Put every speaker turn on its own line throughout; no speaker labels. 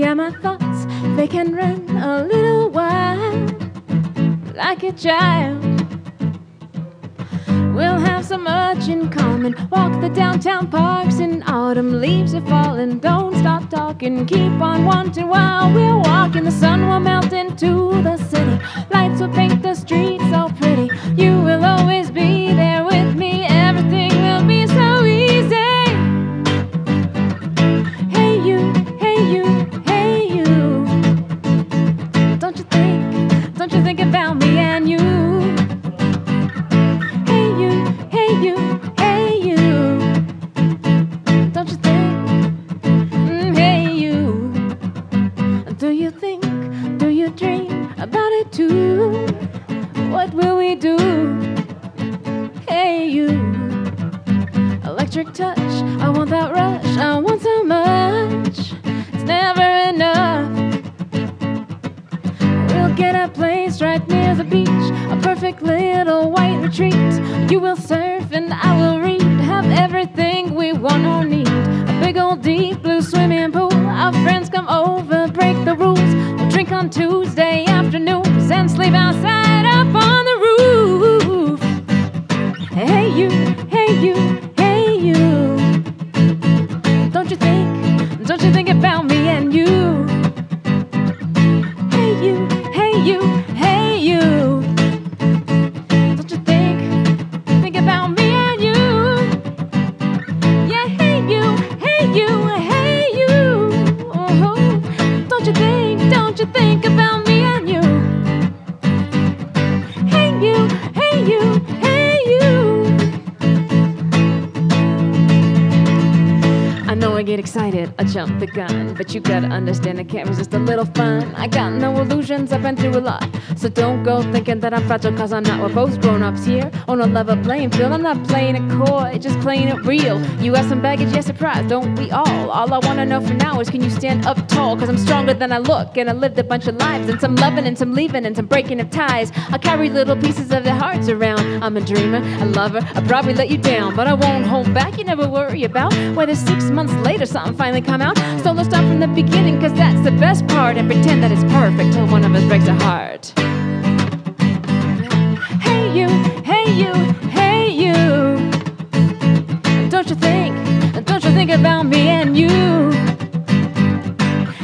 Oh, my thoughts, they can run a little wild, like a child. We'll have so much in common. Walk the downtown parks in autumn, leaves are falling. Don't stop talking, keep on wanting while we're walking. The sun will melt into the city, lights will paint the streets so pretty. You will always be there with me, everything will be so easy. Hey you, hey you, hey you. Don't you think, don't you think about me and you? Hey you, hey you, hey you. Don't you think? Mm, hey you. Do you think, do you dream about it too? What will we do? Hey you. Electric touch, I want that rush, I want so much. It's never enough. We'll get a place right near the beach, a perfect little white retreat. You will surf and I will read, have everything we want or need. A big old deep blue swimming pool. Our friends come over, break the rules. We'll drink on Tuesday afternoons and sleep outside up on the roof. Hey you, hey you, hey you. Don't you think, don't you think about me and you? Hey you, hey you, hey you. Don't you think, think about me and you? Yeah, hey you, hey you, hey you. Oh, don't you think, don't you think about me and you? Hey you, hey you, hey you. I know I get excited, I jump the gun, but you gotta understand I can't resist a little fun. I got no illusions, I've been through a lot. So don't go thinking that I'm fragile, cause I'm not. We're both grown ups here on a level playing field. I'm not playing it coy, just playing it real. You got some baggage, yes, surprise, don't we all? All I wanna know for now is can you stand up tall? Cause I'm stronger than I look, and I lived a bunch of lives, and some loving, and some leaving, and some breaking of ties. I carry little pieces of their hearts around. I'm a dreamer, a lover, I probably let you down, but I won't hold back, you never worry about whether six months later something finally come out. So let's start from the beginning, cause that's the best part, and pretend that it's perfect till one of us breaks a heart. Hey you, hey you, hey you. Don't you think, don't you think about me and you?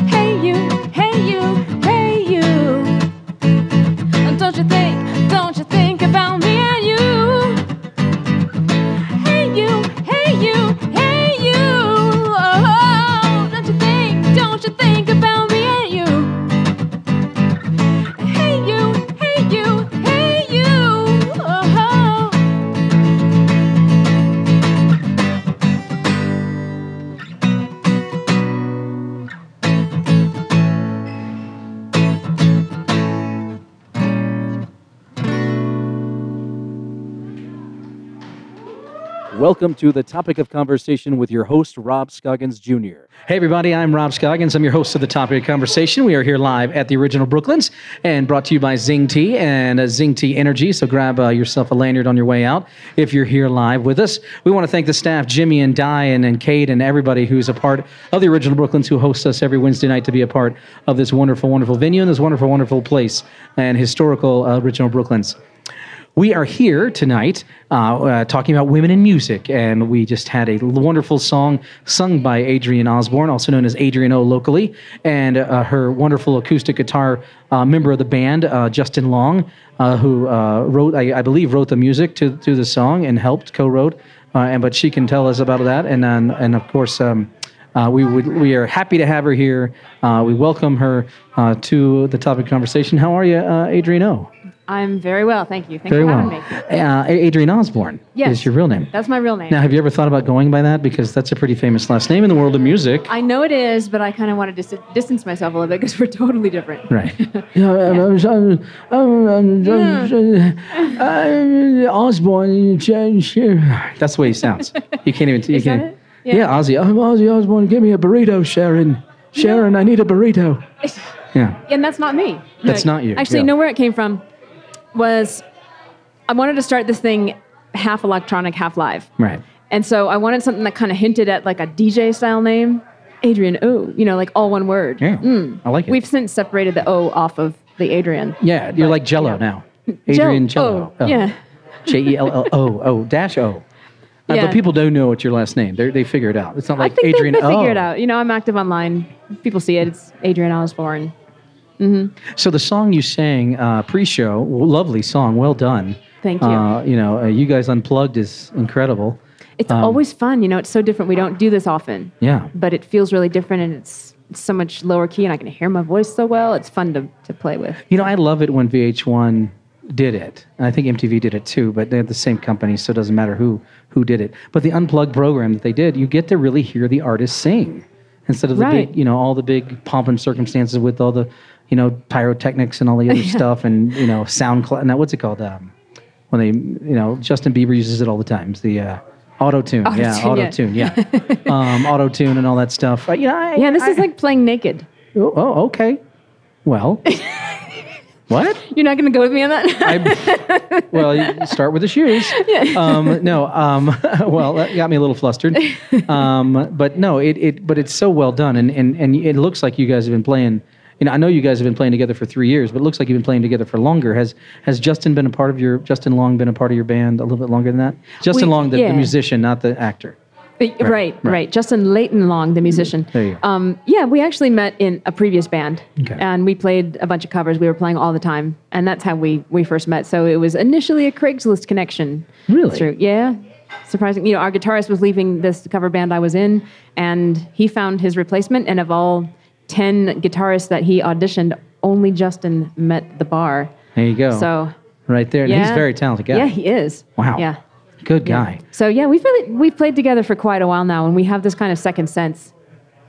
Hey you, hey you, hey you. Don't you think, don't you think about me and you? Hey you, hey you, hey you. Oh, don't you think, don't you think about me and you? Hey you, hey you, hey you. Oh.
Welcome to the topic of conversation with your host, Rob Scoggins Jr.
Hey, everybody, I'm Rob Scoggins. I'm your host of the Topic of Conversation. We are here live at the original Brooklands and brought to you by Zing Tea and uh, Zing Tea Energy. So grab uh, yourself a lanyard on your way out if you're here live with us. We want to thank the staff, Jimmy and Di and, and Kate and everybody who's a part of the original Brooklands who hosts us every Wednesday night to be a part of this wonderful, wonderful venue and this wonderful, wonderful place and historical uh, original Brooklands. We are here tonight uh, uh, talking about women in music, and we just had a wonderful song sung by Adrienne Osborne, also known as Adrienne O locally, and uh, her wonderful acoustic guitar uh, member of the band, uh, Justin Long, uh, who uh, wrote, I, I believe, wrote the music to, to the song and helped co-wrote. Uh, and but she can tell us about that, and then, and of course. Um, uh, we would, we are happy to have her here. Uh, we welcome her uh, to the topic of conversation. How are you, uh, Adrienne O?
I'm very well, thank you. Thanks
Very
for
well.
having me.
Uh, Adrian Osborne
Yes.
is your real name.
That's my real name.
now, have you ever thought about going by that? Because that's a pretty famous last name in the world of music.
I know it is, but I kind of want to dis- distance myself a little bit because we're totally different.
right. Yeah, I'm- I'm- I'm- I'm- I'm- I'm- Osborne. That's the way he sounds. You can't even. You
Is that
can't,
it?
Yeah. Ozzy. uh, I'm Ozzy Osborne. Give me a burrito, Sharon. Sharon, I need a burrito. Yeah.
And that's not me.
That's not you,
Actually,
yeah.
know where it came from was I wanted to start this thing half electronic, half live.
Right.
And so I wanted something that kind of hinted at like a DJ style name.
Adrian O. You know, like all one word.
Yeah,
Mm. Hmm.
I like it.
We've since separated the O off of the Adrian.
yeah, you're like Jello
yeah.
now. Adrian Jello.
Oh, Yeah.
J E L L O O dash O. Uh,
Yeah.
But people do know what your last name. They they figure it out. It's not like Oh.
I think
Adrian
they, they
O.
figure it out. You know, I'm active online. People see it. It's Adrian Osborne.
So the song you sang uh, pre-show, w- lovely song, well done.
Thank you.
Uh, you know, uh, you guys unplugged is incredible.
It's always fun. You know, it's so different. We don't do this often.
Um, Yeah.
But it feels really different and it's, it's so much lower key and I can hear my voice so well. It's fun to, to play with.
You know, I love it when VH1 did it, and I think MTV did it too. But they're the same company, so it doesn't matter who who did it. But the unplugged program that they did, you get to really hear the artist sing instead of the
Right.
big, you know, all the big pomp and circumstances with all the, you know, pyrotechnics and all the other stuff, and you know, sound. Cl- now what's it called? Um, when they, you know, Justin Bieber uses it all the time. It's the uh, auto tune, yeah,
Auto-tune, yeah.
auto tune, yeah, um, auto tune and all that stuff. Uh, you know, I,
Yeah, this
I-
is like playing naked.
oh, oh, okay, well, what?
You're not going to go with me on that?
I, well, you start with the shoes. Um, no, um, well, that got me a little flustered. Um, but no, it, it but it's so well done, and, and and it looks like you guys have been playing. You know, I know you guys have been playing together for three years, but it looks like you've been playing together for longer. Has has Justin been a part of your Justin Long been a part of your band a little bit longer than that? Justin
We-
Long, the,
yeah.
the musician, not the actor.
right, right,
right.
Justin Leighton Long, the musician.
There you go.
Um, yeah, we actually met in a previous band,
Okay.
and we played a bunch of covers. We were playing all the time, and that's how we we first met. So it was initially a Craigslist connection.
Really?
Through, yeah. Surprising. You know, our guitarist was leaving this cover band I was in, and he found his replacement. And of all ten guitarists that he auditioned, only Justin met the bar.
There you go.
So
right there, and
yeah,
he's a very talented guy.
Yeah, he is.
wow.
Yeah.
Good
Yeah.
guy.
So yeah, we've really, we've played together for quite a while now, and we have this kind of second sense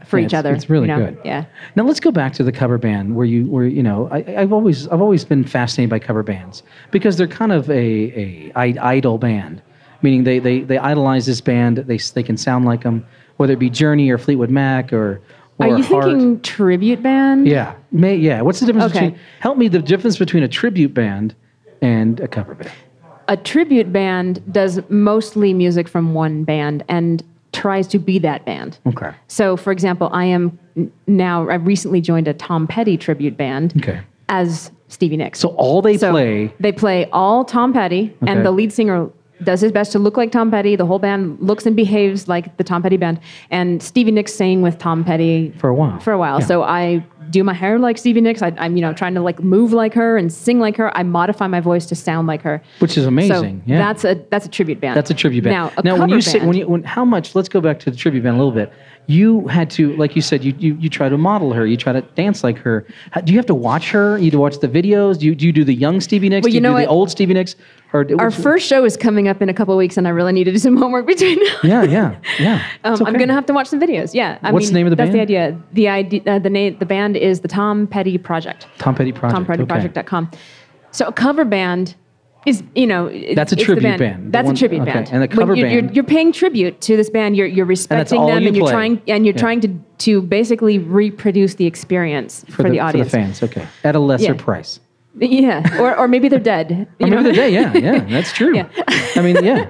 for
Yeah,
each
it's-
other.
it's really
you know?
good.
Yeah.
Now let's go back to the cover band where you where you know I, I've always I've always been fascinated by cover bands because they're kind of a, a i- idol band, meaning they, they they idolize this band they s- they can sound like them whether it be Journey or Fleetwood Mac or or
Are you
Heart.
thinking tribute band?
yeah may yeah what's the difference
Okay.
between help me the difference between a tribute band and a cover band
A tribute band does mostly music from one band and tries to be that band.
okay
So, for example, I am n- now I recently joined a Tom Petty tribute band
okay
as Stevie Nicks.
so all they
So
play
They play all Tom Petty,
Okay.
and the lead singer does his best to look like Tom Petty. The whole band looks and behaves like the Tom Petty band. And Stevie Nicks sang with Tom Petty
for a while
for a while.
Yeah.
So I do my hair like Stevie Nicks. I, I'm you know trying to like move like her and sing like her. I modify my voice to sound like her.
which is amazing
So
yeah
that's a that's a tribute band.
That's a tribute band.
Now, a
when
cover
you say
band-
when you when how much? Let's go back to the tribute band a little bit. You had to, like you said, you you, you try to model her. You try to dance like her. How, do you have to watch her? You do watch the videos. Do you do, you do the young Stevie Nicks?
Well,
do
you
you,
know
do the
what?
old Stevie Nicks? Or
our
which-
first show is coming up in a couple of weeks, and I really need to do some homework between now.
Yeah, yeah, yeah.
Um,
It's
I'm
okay.
gonna have to watch some videos. Yeah. I
What's the name of the
that's
band?
the idea. The idea. Uh, the name. The band is the Tom Petty Project.
Tom Petty Project. okay.
TomPettyProject.com. So a cover band is you know it-
That's a
it's the
tribute band. The
That's
one-
a tribute
okay.
band.
And the
When
cover
you're, You're,
band-
you're paying tribute to this band. You're you're respecting
all
them,
you
and you're
play.
trying and you're
Yeah.
trying to to basically reproduce the experience for, the, audience.
for the fans. Okay, at a lesser
Yeah.
price.
Yeah, or or maybe they're dead.
I
you
mean,
know?
the day, yeah, yeah, that's true.
Yeah.
I mean, yeah.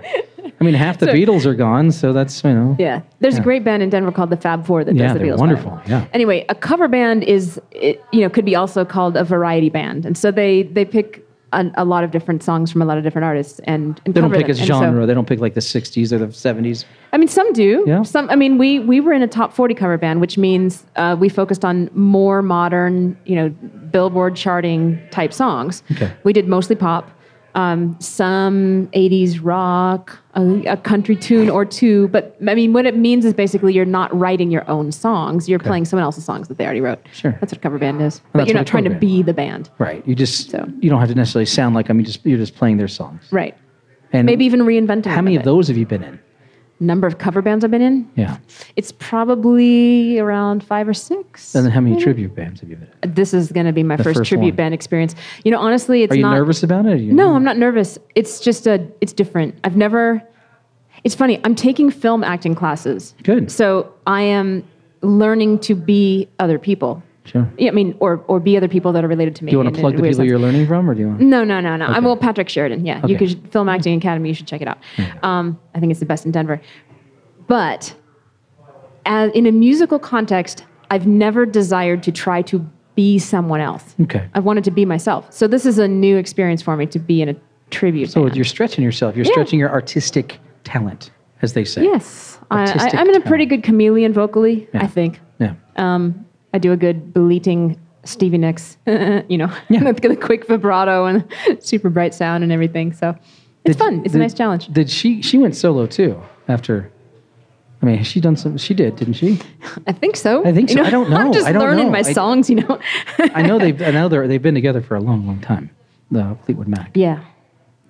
I mean, half the Beatles are gone, so that's you know.
Yeah, there's
Yeah.
a great band in Denver called the Fab Four that
Yeah,
does the
they're
Beatles.
wonderful,
vibe.
yeah.
Anyway, a cover band is it, you know could be also called a variety band, and so they they pick a, a lot of different songs from a lot of different artists and, and
They don't
cover
pick
them.
a
And so-
genre. they don't pick like the '60s or the '70s.
I mean, some do.
Yeah.
Some. I mean, we we were in a top forty cover band, which means uh, we focused on more modern, you know, Billboard charting type songs.
Okay.
We did mostly pop, um, some '80s rock, a, a country tune or two. But I mean, what it means is basically you're not writing your own songs. You're playing someone else's songs that they already wrote.
Sure.
That's what a cover band is.
that's
but you're
what a
not trying to
cover band
be the band.
Right. You just
So-
you don't have to necessarily sound like them. You just you're just playing their songs.
Right.
And
Maybe even reinventing.
how many
it.
of those have you been in?
number of cover bands I've been in?
Yeah.
It's probably around five or six.
And then how many tribute bands have you been in?
this is going to be my first,
first
tribute
one.
band experience. You know, honestly, it's
Are you
not.
nervous about it? Are you-
No, I'm not nervous. It's just a. It's different. I've never. It's funny. I'm taking film acting classes.
Good.
So I am learning to be other people.
Sure.
Yeah, I mean, or or be other people that are related to me.
Do you want
in
to
a
plug the
weird
people
sense.
you're learning from, or do you want?
No, no, no, no. I'm well, Patrick Sheridan. Yeah,
Okay.
you
Hmm.
could Film Acting Academy. You should check it out. Um, I think it's the best in Denver. But as, in a musical context, I've never desired to try to be someone else.
Okay.
I've wanted to be myself. So this is a new experience for me to be in a tribute.
So
band.
you're stretching yourself. You're
Yeah.
stretching your artistic talent, as they say.
yes, I, I,
Artistic
I'm in a pretty
talent.
good chameleon vocally.
Yeah.
I think
Yeah.
um, I do a good bleating Stevie Nicks, you know,
Yeah.
with the quick vibrato and super bright sound and everything. So it's
Did-
fun. It's
did-
a nice challenge.
Did she? She went solo too. After, I mean, has she done some. She did, didn't she?
I think so.
I think
You
so. I don't know.
I'm just
I don't
learning
know.
my
I-
songs, you know.
I know they've. I know they're, they've been together for a long, long time. The Fleetwood Mac.
yeah.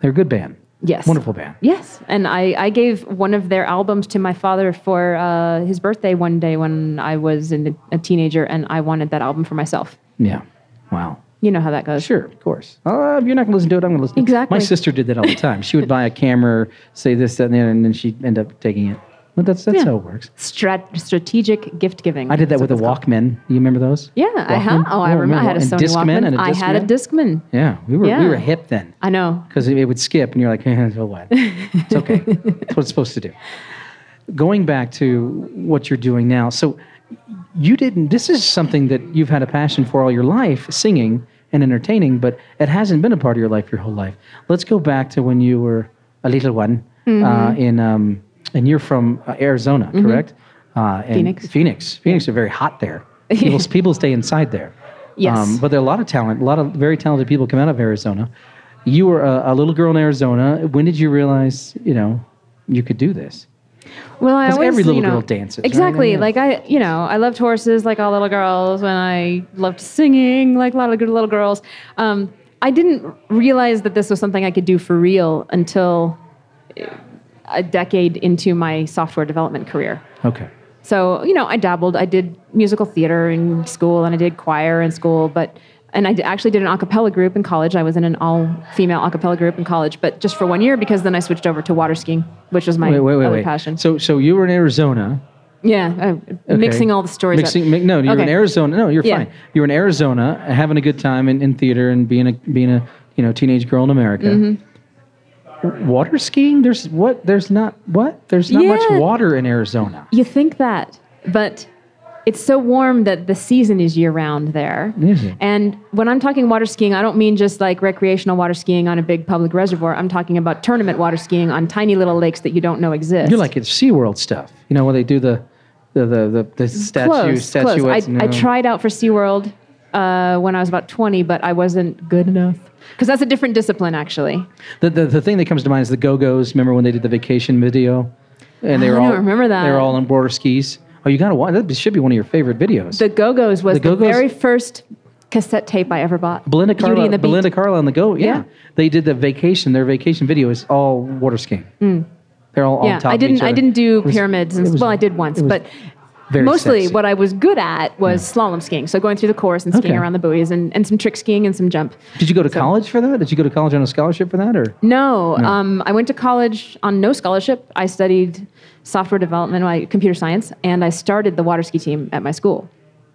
They're a good band.
Yes.
Wonderful band.
Yes, and I, I gave one of their albums to my father for uh, his birthday one day when I was in a teenager, and I wanted that album for myself.
Yeah. Wow.
You know how that goes.
Sure, of course. Uh, if you're not going to listen to it, I'm going to listen.
Exactly.
My sister did that all the time. She would buy a camera, say this, that, and the other, and then she'd end up taking it. But that's that's
Yeah.
how it works.
Strat- strategic gift giving.
I did that with a
a
Walkman. You remember those?
Yeah, I had.
Walkman?
Oh, I remember. I had a
and
Sony
Discman
Walkman.
And a
I had a
Discman.
Discman.
Yeah, we were we
Yeah.
were hip then
I know.
because it, it would skip, and you're like, eh, so what? It's okay. That's what it's supposed to do. Going back to what you're doing now, so you didn't. This is something that you've had a passion for all your life, singing and entertaining, but it hasn't been a part of your life your whole life. Let's go back to when you were a little one, uh, in um, and you're from uh, Arizona, correct? Uh, and
Phoenix.
Phoenix, Phoenix are very hot there. People, people stay inside there.
Yes.
Um, but there are a lot of talent, a lot of very talented people come out of Arizona. You were a, a little girl in Arizona. When did you realize, you know, you could do this?
Well, I
'Cause
always
every little
you know,
girl dances, right?
Exactly.
Yeah.
Like I, you know, I loved horses like all little girls, and I loved singing like a lot of good little girls. Um, I didn't realize that this was something I could do for real until eh, a decade into my software development career.
Okay.
So, you know, I dabbled. I did musical theater in school and I did choir in school, but and I d- actually did an a cappella group in college. I was in an all female a cappella group in college, but just for one year because then I switched over to water skiing, which was my
Wait, wait, wait,
other
wait.
passion.
So, so you were in Arizona.
yeah, uh,
okay.
mixing all the stories
Mixing,
up.
mi- no, you're in
Okay.
Arizona. No, you're
Yeah.
fine. You're in Arizona, having a good time in, in theater and being a being a you know teenage girl in America.
Mm-hmm.
Water skiing? There's what? There's not what? There's not much
Yeah.
water in Arizona.
You think that, but it's so warm that the season is year round there.
Is it?
And when I'm talking water skiing, I don't mean just like recreational water skiing on a big public reservoir. I'm talking about tournament water skiing on tiny little lakes that you don't know exist.
You're like it's SeaWorld stuff. You know where they do the the the the, the statue
close,
statuettes.
close. I, I
no.
tried out for SeaWorld uh, when I was about 20, but I wasn't good enough. Because that's a different discipline, actually.
The, the the thing that comes to mind is the Go Go's. Remember when they did the vacation video, and they
Oh, I
were
don't
all
remember that.
They were all on water skis. Oh, you gotta watch. That should be one of your favorite videos.
The Go Go's was
The
the,
Go-Go's-
very first cassette tape I ever bought.
Belinda
Beauty
Carlisle,
and the Beast.
Belinda Carlisle on the go. Yeah.
Yeah.
they did the vacation. Their vacation video is all water skiing. They're all on
Hmm. Yeah,
top. of
I
each
didn't. I
other.
didn't do
It was-
pyramids.
it
And,
was
well, I did once,
it was
but
very
mostly
sexy.
what I was good at was slalom skiing. So going through the course and skiing
Okay.
around the buoys and, and some trick skiing and some jump.
Did you go to college for that? Did you go to college on a scholarship for that, or
No, Um, I went to college on no scholarship. I studied software development, my computer science, and I started the water ski team at my school,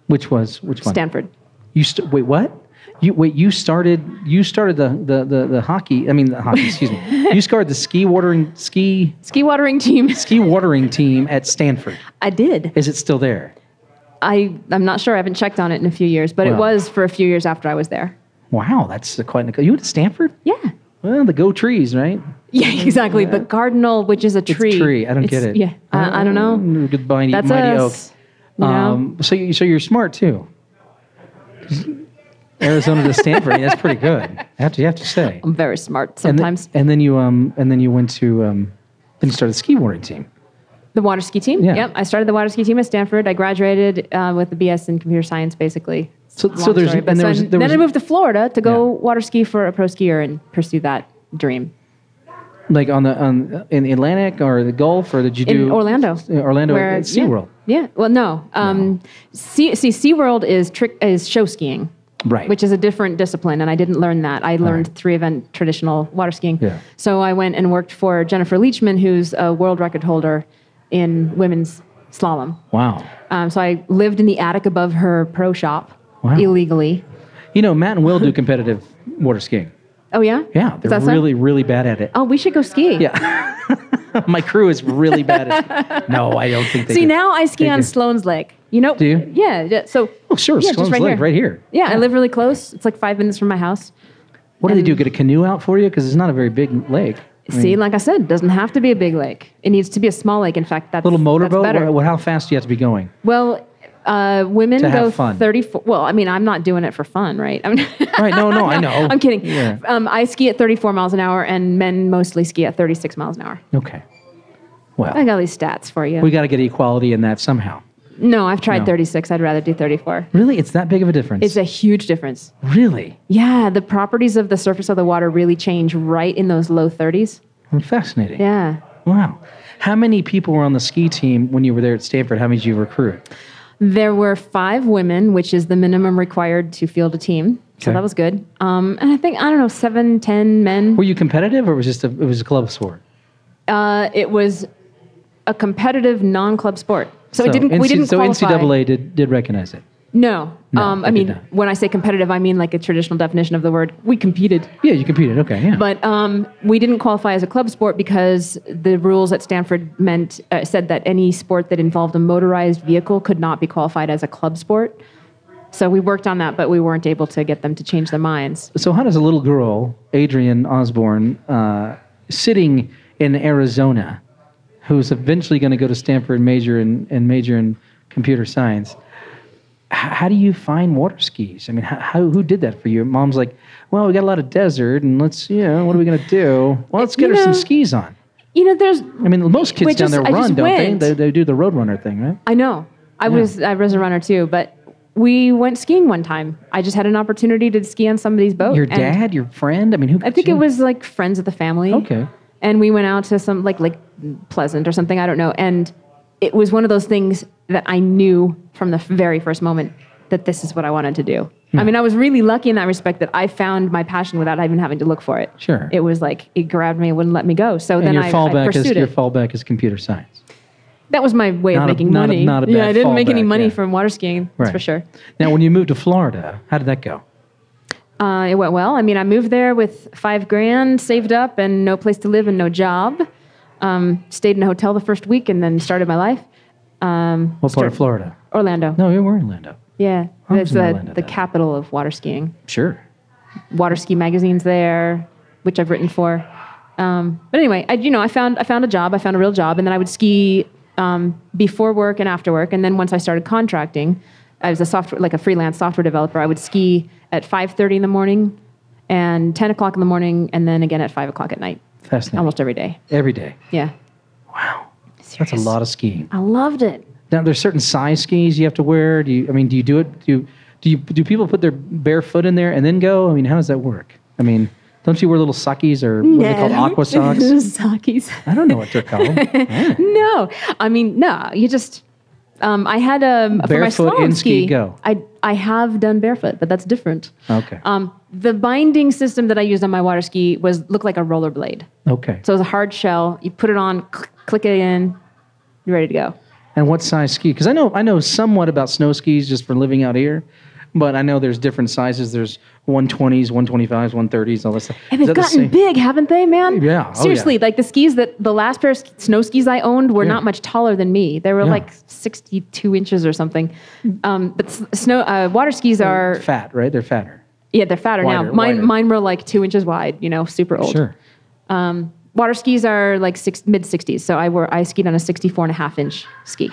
which was which one?
Stanford.
You st- wait, what? You wait. You started. You started the the the, the hockey. I mean, the hockey. excuse me. You started the ski watering ski
Ski watering team.
ski watering team at Stanford.
I did.
Is it still there?
I, I'm not sure. I haven't checked on it in a few years, but
Wow.
it was for a few years after I was there.
Wow, that's a quite. You went to Stanford?
Yeah.
Well, the go trees, right?
Yeah, exactly. The cardinal, which is a tree.
tree. I don't get it.
Yeah. I, I don't know.
Mm, Good mighty,
That's
mighty
us.
oak.
You know?
Um, so, you, so you're smart too. Arizona to Stanford. that's pretty good. I have to, you have to say.
I'm very smart
And then-
sometimes.
And, then you um and then you went to um then you started the ski warning team.
The water ski team.
Yeah.
Yep. I started the water ski team at Stanford. I graduated uh, with a BS in computer science, basically.
So-
Long
so there's-
story, but
and there
so
was-
then-
there
then
was-
I moved to Florida to go
Yeah.
water ski for a pro skier and pursue that dream
Like on the on in the Atlantic or the Gulf or did you
in
do
Orlando.
Uh, Orlando
where-
at SeaWorld.
Yeah. yeah. Well, no. Um, Sea, see, SeaWorld is trick is show skiing.
Right.
Which is a different discipline, and I didn't learn that. I learned
right.
three event traditional water skiing.
Yeah.
So I went and worked for Jennifer Leachman, who's a world record holder in women's slalom.
Wow.
Um, so I lived in the attic above her pro shop
Wow.
illegally.
You know, Matt and Will do competitive water skiing.
Oh yeah.
Yeah,
Is
they're
that so?
really, really bad at it.
Oh, we should go ski.
Yeah. My crew is really bad at it. No, I don't think they
See
do.
now I ski
They
on
do.
Sloan's Lake. You know.
Do you?
Yeah. yeah, So.
Oh, sure.
Yeah,
Sloan's
just right
Lake,
here.
right here.
Yeah, I live really close. It's like five minutes from my house.
What do they do? Get a canoe out for you? Because it's not a very big lake. I mean,
See, like I said, it doesn't have to be a big lake. It needs to be a small lake. In fact, that's
little motorboat.
That's better.
What, what- how fast do you have to be going?
well, uh, women
To have
go
fun.
34. Well, I mean, I'm not doing it for fun, right? I'm,
Right? No, no, I know.
I'm kidding.
Yeah.
Um, I ski at 34 miles an hour, and men mostly ski at 36 miles an hour.
Okay. Well,
I got these stats for you.
we got to get equality in that somehow.
no, I've tried
No.
36. I'd rather do 34.
Really, it's that big of a difference.
It's a huge difference.
really?
Yeah, the properties of the surface of the water really change right in those low 30s.
Fascinating.
Yeah.
Wow. How many people were on the ski team when you were there at Stanford? How many did you recruit?
There were five women, which is the minimum required to field a team. So
Okay.
that was good. Um, and I think, I don't know, seven, ten men.
Were you competitive, or was just a, it was a club sport?
Uh, it was a competitive non club sport. So,
So
it didn't, we
NC
didn't
So
qualify.
NCAA did, did recognize it.
No. um,
they
I
did
mean,
not.
when I say competitive, I mean like a traditional definition of the word. We competed.
Yeah, you competed. Okay, yeah.
But um, we didn't qualify as a club sport because the rules at Stanford meant uh, said that any sport that involved a motorized vehicle could not be qualified as a club sport. So we worked on that, but we weren't able to get them to change their minds.
so how does a little girl, Adrian Osborne, uh, sitting in Arizona, who's eventually going to go to Stanford and major in, and major in computer science, h- how do you find water skis? I mean, how, how, who did that for you? Mom's like, well, we got a lot of desert, and let's, you know, what are we going to do? Well, let's get
You
her some
know-
skis on.
You know, there's
I mean, most kids
Wait,
down there
just- I just
run, don't
went.
they? they? They do the road runner thing, right?
I know. I was I was a runner too, but we went skiing one time. I just had an opportunity to ski on somebody's boat.
Your
Oh, and
dad, your friend? I mean, who?
I think it was like friends of the family.
Okay.
And we went out to some like like Pleasant or something I don't know. And it was one of those things that I knew from the very first moment that this is what I wanted to do.
Hmm.
I mean, I was really lucky in that respect that I found my passion without even having to look for it.
Sure.
It was like it grabbed me, it wouldn't let me go. So
And
then
your
I, I
fallback
pursued
is
it.
your fallback is computer science.
That was my way
Not
of
a-
making
not a-
money.
not a
yeah,
bad
I didn't make any
fallback,
money
yeah.
from water skiing, that's
Right.
for sure.
Now, when you moved to Florida, how did that go?
Uh, it went well. I mean, I moved there with five grand saved up and no place to live and no job. Um, stayed in a hotel the first week and then started my life. Um,
What part
start-
of Florida?
Orlando.
No, you were in Orlando.
Yeah.
I was
It's
in
the,
Orlando
the
then.
capital of water skiing.
Sure.
Water ski magazines there, which I've written for. Um, but anyway, I, you know, I found I found a job. I found a real job, and then I would ski um, before work and after work. And then once I started contracting, I was a software like a freelance software developer. I would ski at 5:30 in the morning, and 10 o'clock in the morning, and then again at 5 o'clock at night,
Fascinating.
almost every day.
every day.
Yeah,
Wow. That's a lot of skiing.
I loved it.
Now, there's certain size skis you have to wear. Do you? I mean, do you do it? Do you, do you do people put their bare foot in there and then go? I mean, how does that work? I mean, don't you wear little suckies or what are they called? Aqua socks?
Sakis.
I don't know what they're called. Yeah.
No, I mean no. You just um, I had um, for my
Barefoot
slalom
in ski go. Oh.
I I have done barefoot, but that's different.
Okay.
Um, the binding system that I used on my water ski was looked like a rollerblade.
okay.
So it was a hard shell. You put it on, click, click it in, you're ready to go.
And what size ski? Because I know I know somewhat about snow skis just from living out here, but I know there's different sizes. There's 120s, 125s, 130s, all that stuff.
And
Is that
they've
the
gotten
same-
big, haven't they, man?
Yeah, oh,
Seriously,
yeah.
like the skis that the last pair of sk- snow skis I owned were
Yeah.
not much taller than me. They were
Yeah.
like 62 inches or something. Um, but s- snow uh, water skis are
fat, right? They're fatter.
Yeah, they're fatter
Wider,
now. Mine,
wider.
mine were like two inches wide. You know, super old.
Sure.
Um, water skis are like six, mid 60s. So I wore, I skied on a 64 and a half inch ski.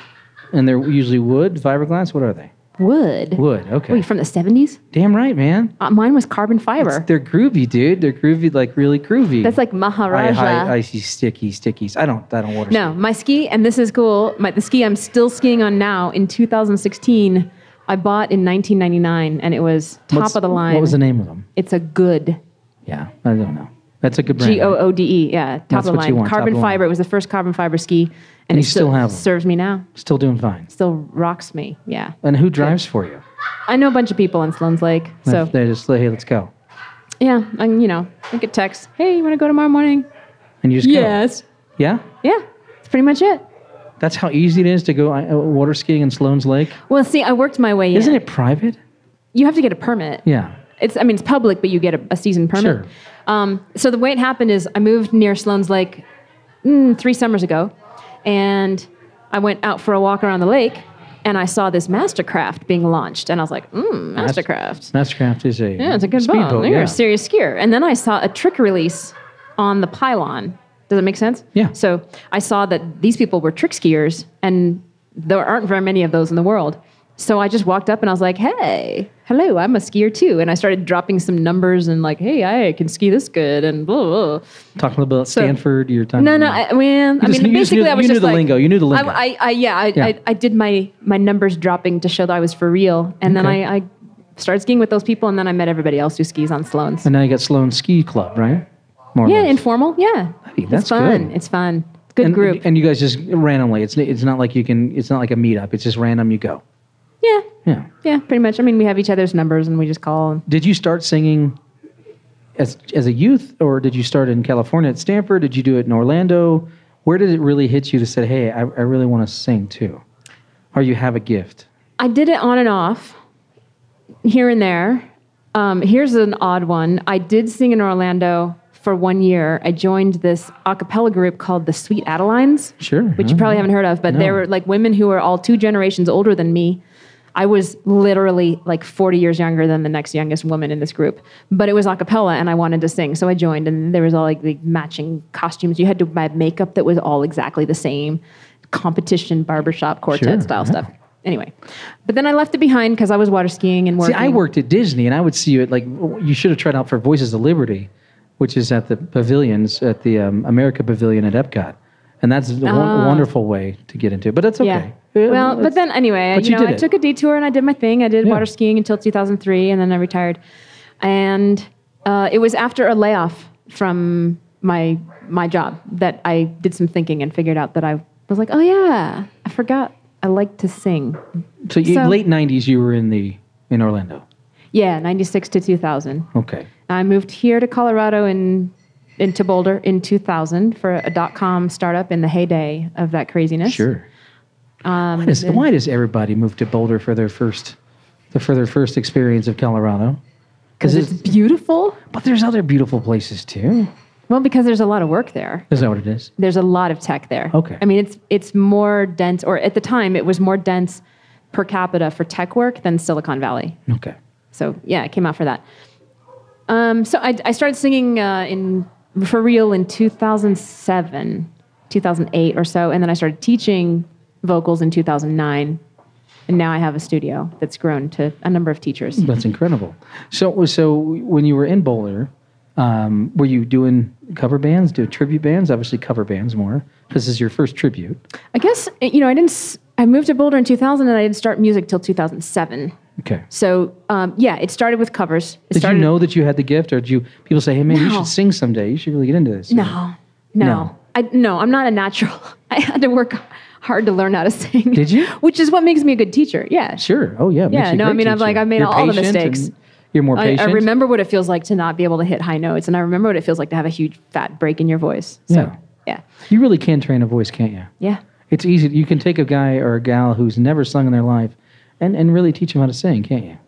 And they're usually wood, fiberglass. What are they?
Wood.
Wood. Okay.
Wait, from the 70s?
Damn right, man.
Uh, mine was carbon fiber.
They're groovy, dude. They're groovy, like really groovy.
That's like
I,
Maharaja.
I, I see sticky stickies. I don't. I don't water.
no, my ski, and this is cool. My, the ski I'm still skiing on now in 2016, I bought in 1999, and it was
ski.
top
What's-
of the line.
What was the name of them?
It's a good
Yeah, I don't know. That's a good brand.
G O O D E. Yeah, top
That's
of the
what you
line.
want, top
Carbon
of the line.
fiber. It was the first carbon fiber ski, and,
you
it
still have 'em.
serves me now.
Still doing fine.
still rocks me. Yeah.
And who drives for you?
I know a bunch of people in Sloan's Lake. So,
they just hey, let's go,
yeah, and you know, I get texts, hey, you want to go tomorrow morning?
and you just go.
Yes.
Yeah.
Yeah, that's pretty much it.
That's how easy it is to go uh, water skiing in Sloan's Lake.
Well, see, I worked my way in.
Isn't it private?
You have to get a permit.
Yeah.
It's I mean it's public, but you get a, a season permit.
Sure.
Um, so the way it happened is I moved near Sloan's Lake mm, three summers ago, and I went out for a walk around the lake, and I saw this Mastercraft being launched, and I was like, mm, Mastercraft.
Mastercraft is a
Yeah, it's a good
speedboat.
boat. You're
yeah.
a serious skier. And then I saw a trick release on the pylon. Does that make sense?
Yeah.
So I saw that these people were trick skiers, and there aren't very many of those in the world. So I just walked up and I was like, "Hey, hello, I'm a skier too." And I started dropping some numbers and like, "Hey, I can ski this good," and blah blah. blah.
Talking about
So-
Stanford, your time.
No, no. I, well, I
just
mean,
knew- you just
basically,
knew-
I was
you knew
just
the
like,
lingo, you knew the lingo.
I, I, I yeah, I,
Yeah.
I, I did my my numbers dropping to show that I was for real, and then
Okay.
I, I started skiing with those people, and then I met everybody else who skis on Sloan's.
and now you got Sloan Ski Club, right? More or
yeah,
less.
informal. Yeah,
Hey, that's
it's fun.
good.
It's fun. It's a Good
and,
group.
And you guys just randomly. It's it's not like you can. It's not like a meetup. It's just random. You go.
yeah,
Yeah.
yeah, pretty much. I mean, we have each other's numbers, and we just call. And,
Did you start singing as as a youth, or did you start in California at Stanford? Did you do it in Orlando? Where did it really hit you to say, "Hey, I, I really want to sing too," or you have a gift?
I did it on and off, here and there. Um, here's an odd one. I did sing in Orlando for one year. I joined this a cappella group called the Sweet Adelines.
Sure,
Which you
yeah.
probably haven't heard of, but they
No.
were like women who were all two generations older than me. I was literally like 40 years younger than the next youngest woman in this group, but it was a cappella and I wanted to sing. So I joined and there was all like the matching costumes. You had to buy makeup that was all exactly the same competition barbershop quartet
Sure,
style
yeah.
stuff. Anyway, but then I left it behind because I was water skiing and working.
See, I worked at Disney, and I would see you at like w- you should have tried out for Voices of Liberty, which is at the pavilions at the um, America Pavilion at Epcot, and that's a won- wonderful way to get into. it. But that's okay.
Oh. Yeah.
Yeah,
well,
that's-
but then anyway,
but
you
you
know,
did
I
it.
took a detour and I did my thing. I did
Yeah.
water skiing until 2003, and then I retired. And uh, it was after a layoff from my my job that I did some thinking and figured out that I was like, oh yeah, I forgot I like to sing.
so, you,
so-
late '90s, you were in the in Orlando.
Yeah, 96 to 2000.
Okay.
I moved here to Colorado in into Boulder in 2000 for a dot com startup in the heyday of that craziness.
Sure.
Um,
why, does, why does everybody move to Boulder for their first, the, for their first experience of Colorado?
because it's beautiful.
But there's other beautiful places too.
Well, because there's a lot of work there.
Is that what it is?
there's a lot of tech there.
Okay.
I mean, it's it's more dense, or at the time, it was more dense per capita for tech work than Silicon Valley.
Okay.
So yeah, it came out for that. Um, so I, I started singing uh, in for real in 2007, 2008 or so, and then I started teaching vocals in 2009, and now I have a studio that's grown to a number of teachers.
That's incredible. So, so when you were in Boulder, um, were you doing cover bands, do tribute bands? Obviously, cover bands more. This is your first tribute.
I guess you know I didn't. s- I moved to Boulder in 2000, and I didn't start music till 2007.
Okay.
So um, yeah, it started with covers. It
Did
started,
you know that you had the gift, or did you? People say, "Hey, man, you
No.
should sing someday. You should really get into this."
No, no,
No.
I no. I'm not a natural. I had to work hard to learn how to sing.
Did you?
Which is what makes me a good teacher. Yeah.
Sure. Oh yeah. it makes
Yeah,
you a
no, I
great
mean, I've,
teacher.
like, I've made
You're
all the
patient and
mistakes.
You're more
I, I
patient.
remember what it feels like to not be able to hit high notes, and I remember what it feels like to have a huge fat break in your voice. So,
Yeah.
yeah,
You really can train a voice, can't you?
yeah,
It's easy. You can take a guy or a gal who's never sung in their life and, and really teach them how to sing, can't you?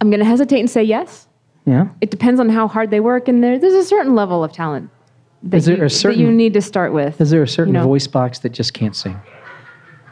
I'm gonna hesitate and say yes.
Yeah.
It depends on how hard they work, and there, there's a certain level of talent that,
Is there
you,
a certain-
that you need to start with.
Is there a certain
know.
voice box that just can't sing?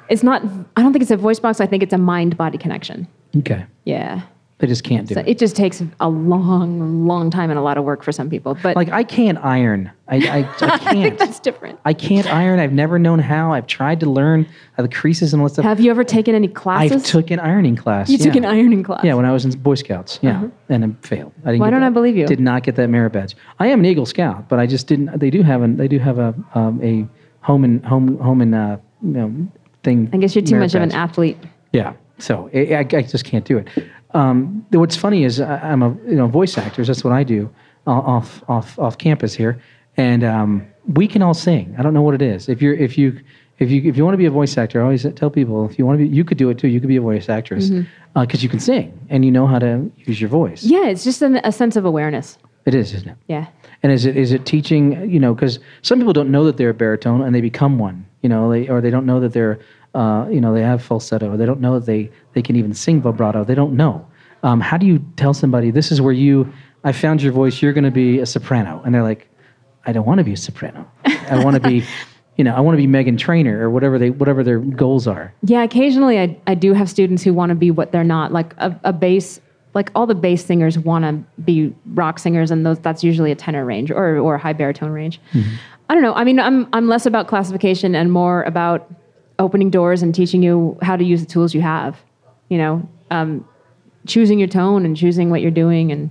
It's not. I don't think it's a voice box. I think it's a mind-body connection.
Okay.
Yeah.
They just can't do
So
it.
it just takes a long, long time and a lot of work for some people. But
Like I can't iron. I I, I
I think
can't.
that's different.
I can't iron. I've never known how. I've tried to learn how the creases and all that stuff.
Have you ever taken any
I
classes?
took an ironing class.
you took
yeah.
an ironing class. Uh-huh.
Yeah, when I was in Boy Scouts. Yeah, and I failed. I didn't
Why
get
don't
that-
I believe you?
Did not get that merit badge. I am an Eagle Scout, but I just didn't. They do have an. They do have a um, a home and home home and uh, you know, thing.
I guess you're too
merit
much of an
badge.
athlete.
Yeah. So i I, I just can't do it. Um, th- what's funny is I, I'm a you know voice actors. That's what I do o- off off off campus here, and um, we can all sing. I don't know what it is. If you're if you if you if you want to be a voice actor, I always tell people if you want to be, you could do it too. You could be a voice actress because you can sing and you know how to use your voice.
Yeah, it's just an, a sense of awareness.
It is, isn't it?
Yeah.
And is it is it teaching? You know, because some people don't know that they're a baritone and they become one. You know, they, or they don't know that they're, uh, you know, they have falsetto. Or they don't know that they they can even sing vibrato. They don't know. Um, how do you tell somebody this is where you? I found your voice. You're going to be a soprano, and they're like, I don't want to be a soprano. I want to be, you know, I want to be Megan Trainer or whatever they whatever their goals are.
Yeah, occasionally I, I do have students who want to be what they're not, like a, a bass, like all the bass singers want to be rock singers, and those that's usually a tenor range or or high baritone range. I don't know. I mean, I'm I'm less about classification and more about opening doors and teaching you how to use the tools you have. You know, um, choosing your tone and choosing what you're doing, and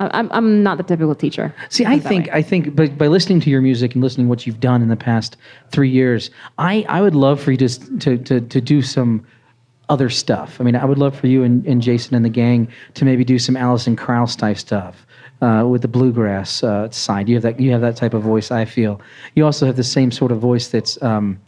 I, I'm I'm not the typical teacher.
See, I think I think by, by listening to your music and listening to what you've done in the past three years, I, I would love for you to, s- to to to do some other stuff. I mean, I would love for you and, and Jason and the gang to maybe do some Alison Krauss type stuff uh, with the bluegrass uh, side. You have that you have that type of voice. I feel you also have the same sort of voice that's. Um,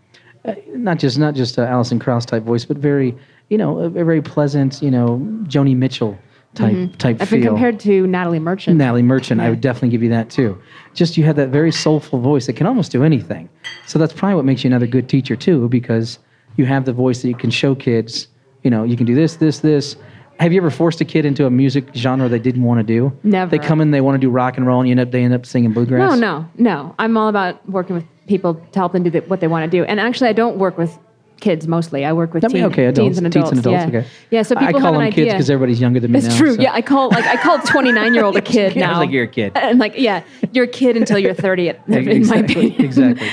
uh, not just not just uh, Alison Krauss type voice, but very you know a, a very pleasant you know Joni Mitchell type type
Mm-hmm. I've
feel.
been compared to Natalie Merchant.
Natalie Merchant, I would definitely give you that too. Just you had that very soulful voice that can almost do anything. So that's probably what makes you another good teacher too, because you have the voice that you can show kids. You know, you can do this, this, this. Have you ever forced a kid into a music genre they didn't want to do?
Never.
They come in, they want to do rock and roll, and you end up they end up singing bluegrass.
No, no, no. I'm all about working with people to help them do the, what they want to do. And actually, I don't work with kids mostly. I work with
I
teen,
mean, okay, adults,
teens and adults. yeah.
okay.
yeah, so people
I call
have
them
an idea.
kids because everybody's younger than me
it's
now,
true.
so-
Yeah, I call like I call 29 year old a kid
Yeah, I
now.
was like, "You're a kid."
And like, yeah, you're a kid until you're 30. At, in my
exactly.
opinion.
exactly.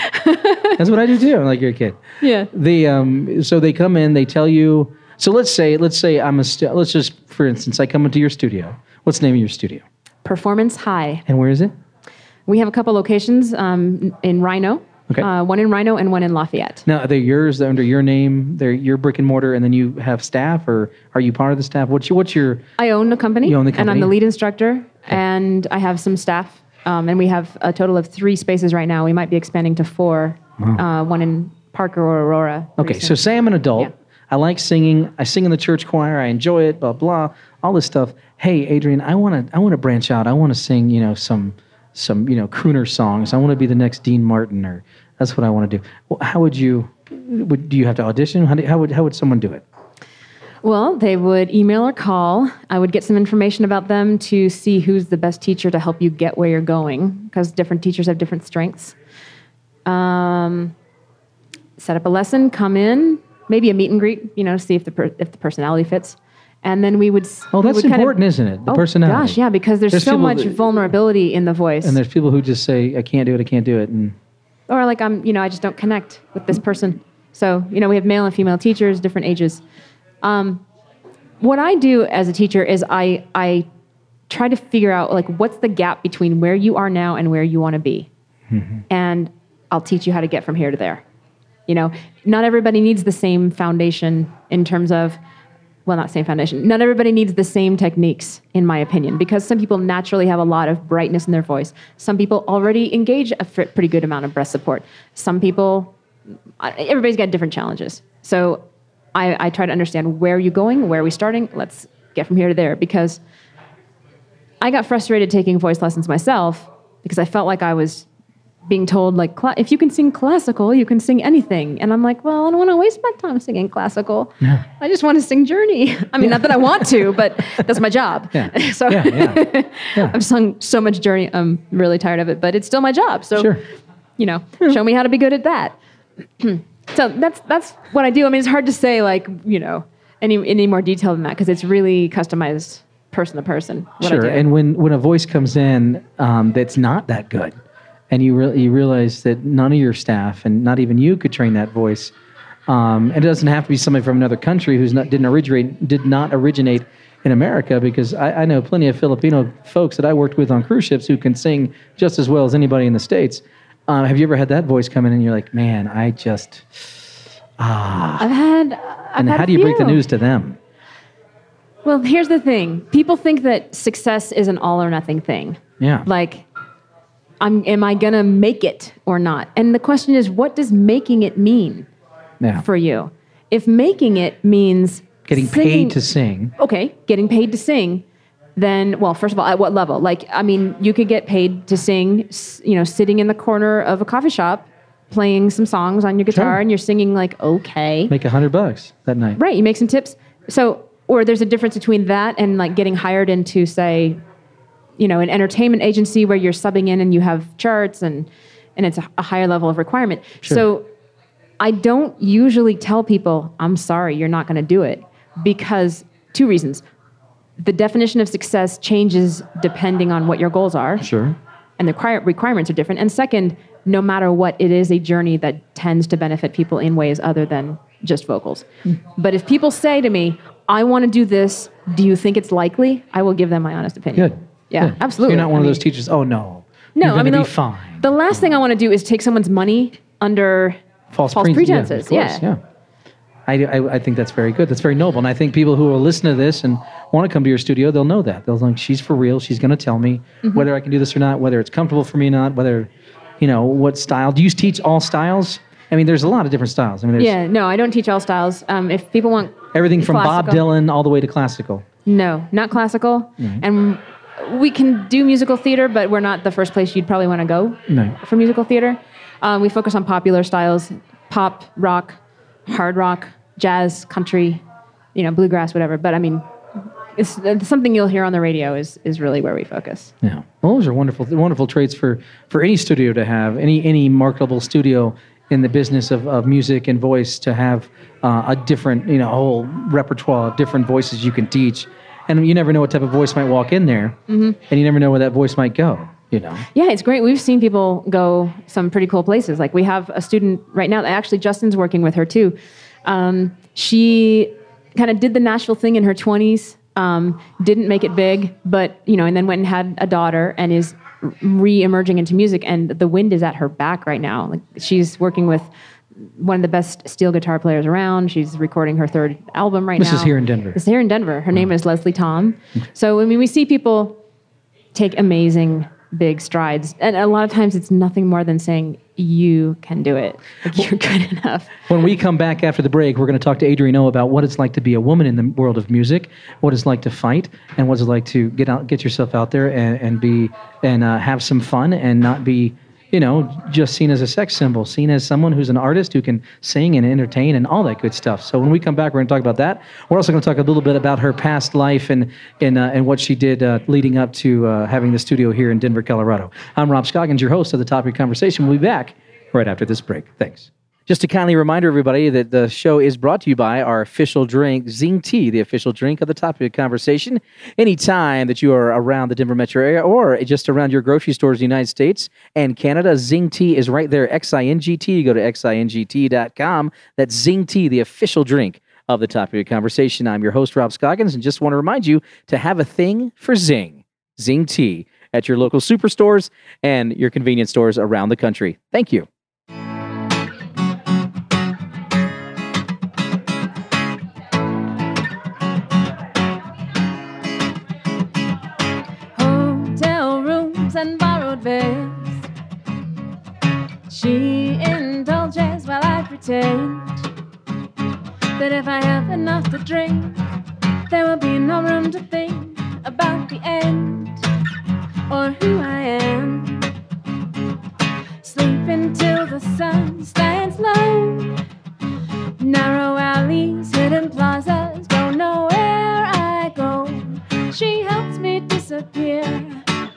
That's what I do too. I'm like, you're a kid.
Yeah.
the um, so they come in, they tell you. So let's say, let's say I'm a, stu- let's just for instance, I come into your studio. What's the name of your studio,
Performance high.
and where is it?
We have a couple locations um, in Rhino.
Okay.
Uh, one in Rhino and one in Lafayette.
Now, are they yours? They're under your name. They're your brick and mortar, and then you have staff, or are you part of the staff? What's your, what's your?
I own the company.
You own the
And I'm
company?
the lead instructor, and I have some staff. Um, and we have a total of three spaces right now. We might be expanding to four, uh, one in Parker or Aurora. pretty
Okay, so
soon.
say I'm an adult.
Yeah.
I like singing. I sing in the church choir. I enjoy it. Blah blah. All this stuff. Hey, Adrian, I want to. I want to branch out. I want to sing. You know, some some you know crooner songs. I want to be the next Dean Martin, or that's what I want to do. Well, how would you? Would do you have to audition? How, do, how would how would someone do it?
Well, they would email or call. I would get some information about them to see who's the best teacher to help you get where you're going, because different teachers have different strengths. Um, set up a lesson, come in, maybe a meet and greet, you know, see if the per- if the personality fits, and then we would. s-
Oh,
we
that's
would kind of-
important, isn't it? The
Oh,
personality.
Gosh, yeah, because there's,
There's
so
people
much
that-
vulnerability in the voice,
And there's people who just say, "I can't do it. I can't do it." And
or like I'm, you know, I just don't connect with this person. So you know, we have male and female teachers, different ages. Um, what I do as a teacher is I I try to figure out like what's the gap between where you are now and where you want to be,
Mm-hmm.
and I'll teach you how to get from here to there. You know, not everybody needs the same foundation in terms of, well, not same foundation. Not everybody needs the same techniques, in my opinion, because some people naturally have a lot of brightness in their voice. Some people already engage a fr- pretty good amount of breast support. Some people, I- everybody's got different challenges. So I, I try to understand where are you going, where are we starting? Let's get from here to there because I got frustrated taking voice lessons myself because I felt like I was being told like cla if you can sing classical you can sing anything and i'm like well i don't want to waste my time singing classical
Yeah.
i just want to sing journey i mean not that i want to but that's my job
Yeah.
so
Yeah, yeah. Yeah.
i've sung so much journey i'm really tired of it but it's still my job so
Sure.
you know show me how to be good at that so that's that's what i do i mean it's hard to say like you know any any more detail than that because it's really customized person to person what
sure.
I do.
And when when a voice comes in um, that's not that good, and you re- you realize that none of your staff and not even you could train that voice, um, and it doesn't have to be somebody from another country who's not didn't originate did not originate in America because I, I know plenty of Filipino folks that I worked with on cruise ships who can sing just as well as anybody in the states. Uh, have you ever had that voice come in and you're like, man, I just
i've had I've
and
had
how
a
do you break the
few.
news to them?
Well, here's the thing. People think that success is an all or nothing thing.
Yeah.
Like, I'm, am I going to make it or not? And the question is, what does making it mean
yeah.
for you? If making it means
getting
singing-
paid to sing.
okay, getting paid to sing, then well, first of all, at what level? Like, I mean, you could get paid to sing, s- you know, sitting in the corner of a coffee shop, playing some songs on your guitar,
Sure.
and you're singing like okay,
Make a hundred bucks that night.
Right, you make some tips. So or there's a difference between that and like getting hired into say you know an entertainment agency where you're subbing in and you have charts and and it's a, a higher level of requirement so i don't usually tell people i'm sorry you're not going to do it because two reasons the definition of success changes depending on what your goals are
Sure.
and the require- requirements are different. And second, no matter what, it is a journey that tends to benefit people in ways other than just vocals.
Hmm.
But if people say to me, I want to do this, do you think it's likely? I will give them my honest opinion.
Good.
Yeah,
Good.
absolutely.
You're not one
I
of
mean-
those teachers. Oh no.
No,
You're
I mean,
gonna
the,
be fine.
the last thing I want to do is take someone's money under
False,
false
pre-
pretenses.
Yeah. of course, yeah. I, do- I, I think that's very good. That's very noble. And I think people who will listen to this and want to come to your studio, they'll know that. They'll think she's for real. She's going to tell me
Mm-hmm.
whether I can do this or not, whether it's comfortable for me or not, whether, you know, what style. Do you teach all styles? I mean, there's a lot of different styles. I mean, there's
Yeah, no, I don't teach all styles. Um, if people want
everything from Bob
classical-
Dylan all the way to classical.
No, not classical. And we can do musical theater, but we're not the first place you'd probably want to go
No.
for musical theater. Um, we focus on popular styles: pop, rock, hard rock, jazz, country, you know, bluegrass, whatever. But I mean, it's, it's something you'll hear on the radio is is really where we focus.
Yeah. Well, those are wonderful, wonderful traits for, for any studio to have, any, any marketable studio in the business of, of music and voice to have uh, a different, you know, whole repertoire of different voices you can teach. And you never know what type of voice might walk in there, and you never know where that voice might go, you know.
Yeah, it's great. We've seen people go some pretty cool places. Like we have a student right now. Actually, Justin's working with her too. Um, she kind of did the Nashville thing in her 20s. Um, didn't make it big, but you know, and then went and had a daughter and is re-emerging into music. And the wind is at her back right now. Like she's working with one of the best steel guitar players around. She's recording her third album right
This
now.
is here in Denver.
This is here in Denver. Her name is Leslie Tom. So I mean, we see people take amazing big strides and a lot of times it's nothing more than saying you can do it like, you're good enough
When we come back after the break, we're going to talk to Adrienne O about what it's like to be a woman in the world of music, what it's like to fight, and what it's like to get out, get yourself out there and, and be and uh, have some fun and not be, you know, just seen as a sex symbol, seen as someone who's an artist who can sing and entertain and all that good stuff. So when we come back, we're going to talk about that. We're also going to talk a little bit about her past life and and uh, and what she did uh, leading up to uh, having the studio here in Denver, Colorado. I'm Rob Scoggins, your host of the Topic Conversation. We'll be back right after this break. Thanks. Just a kindly reminder, everybody, that the show is brought to you by our official drink, Zing Tea, the official drink of the topic of conversation. Anytime that you are around the Denver metro area or just around your grocery stores in the United States and Canada, Zing Tea is right there, X-I-N-G-T. Go to xingt.com. That's Zing Tea, the official drink of the topic of conversation. I'm your host, Rob Scoggins, and just want to remind you to have a thing for Zing, Zing Tea, at your local superstores and your convenience stores around the country. Thank you.
hotel rooms and borrowed vests she indulges while i pretend that if i have enough to drink there will be no room to think about the end or who i am sleep until the sun stands low Narrow alleys, hidden plazas, don't know where I go. She helps me disappear.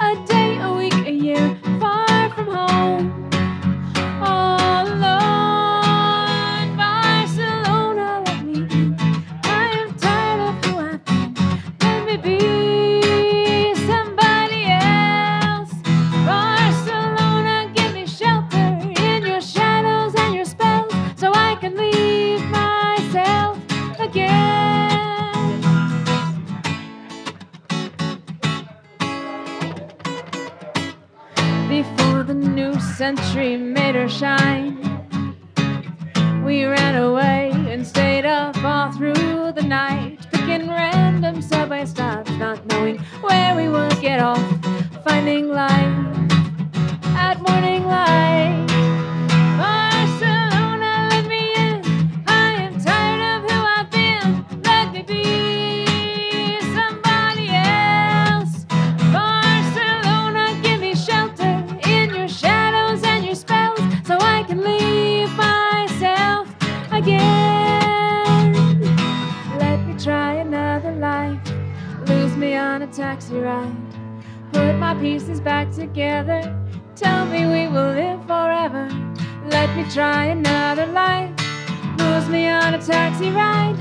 A day, a week, a year, far from home. All alone, Barcelona, let me be. I am tired of who I've been. Let me be somebody else. Barcelona, give me shelter in your shadows and your spells so I can leave myself again. Before the new century made her shine, we ran away and stayed up all through the night, picking random subway stops, not knowing where we would get off, finding life at morning light. Barcelona, let me in. I am tired of who I've been. Let me be somebody else. Barcelona, give me shelter in your shadows and your spells so I can leave myself again. Let me try another Lose me on a taxi ride. Put my pieces back together. Tell me we will live forever. Let me try another life. Lose me on a taxi ride.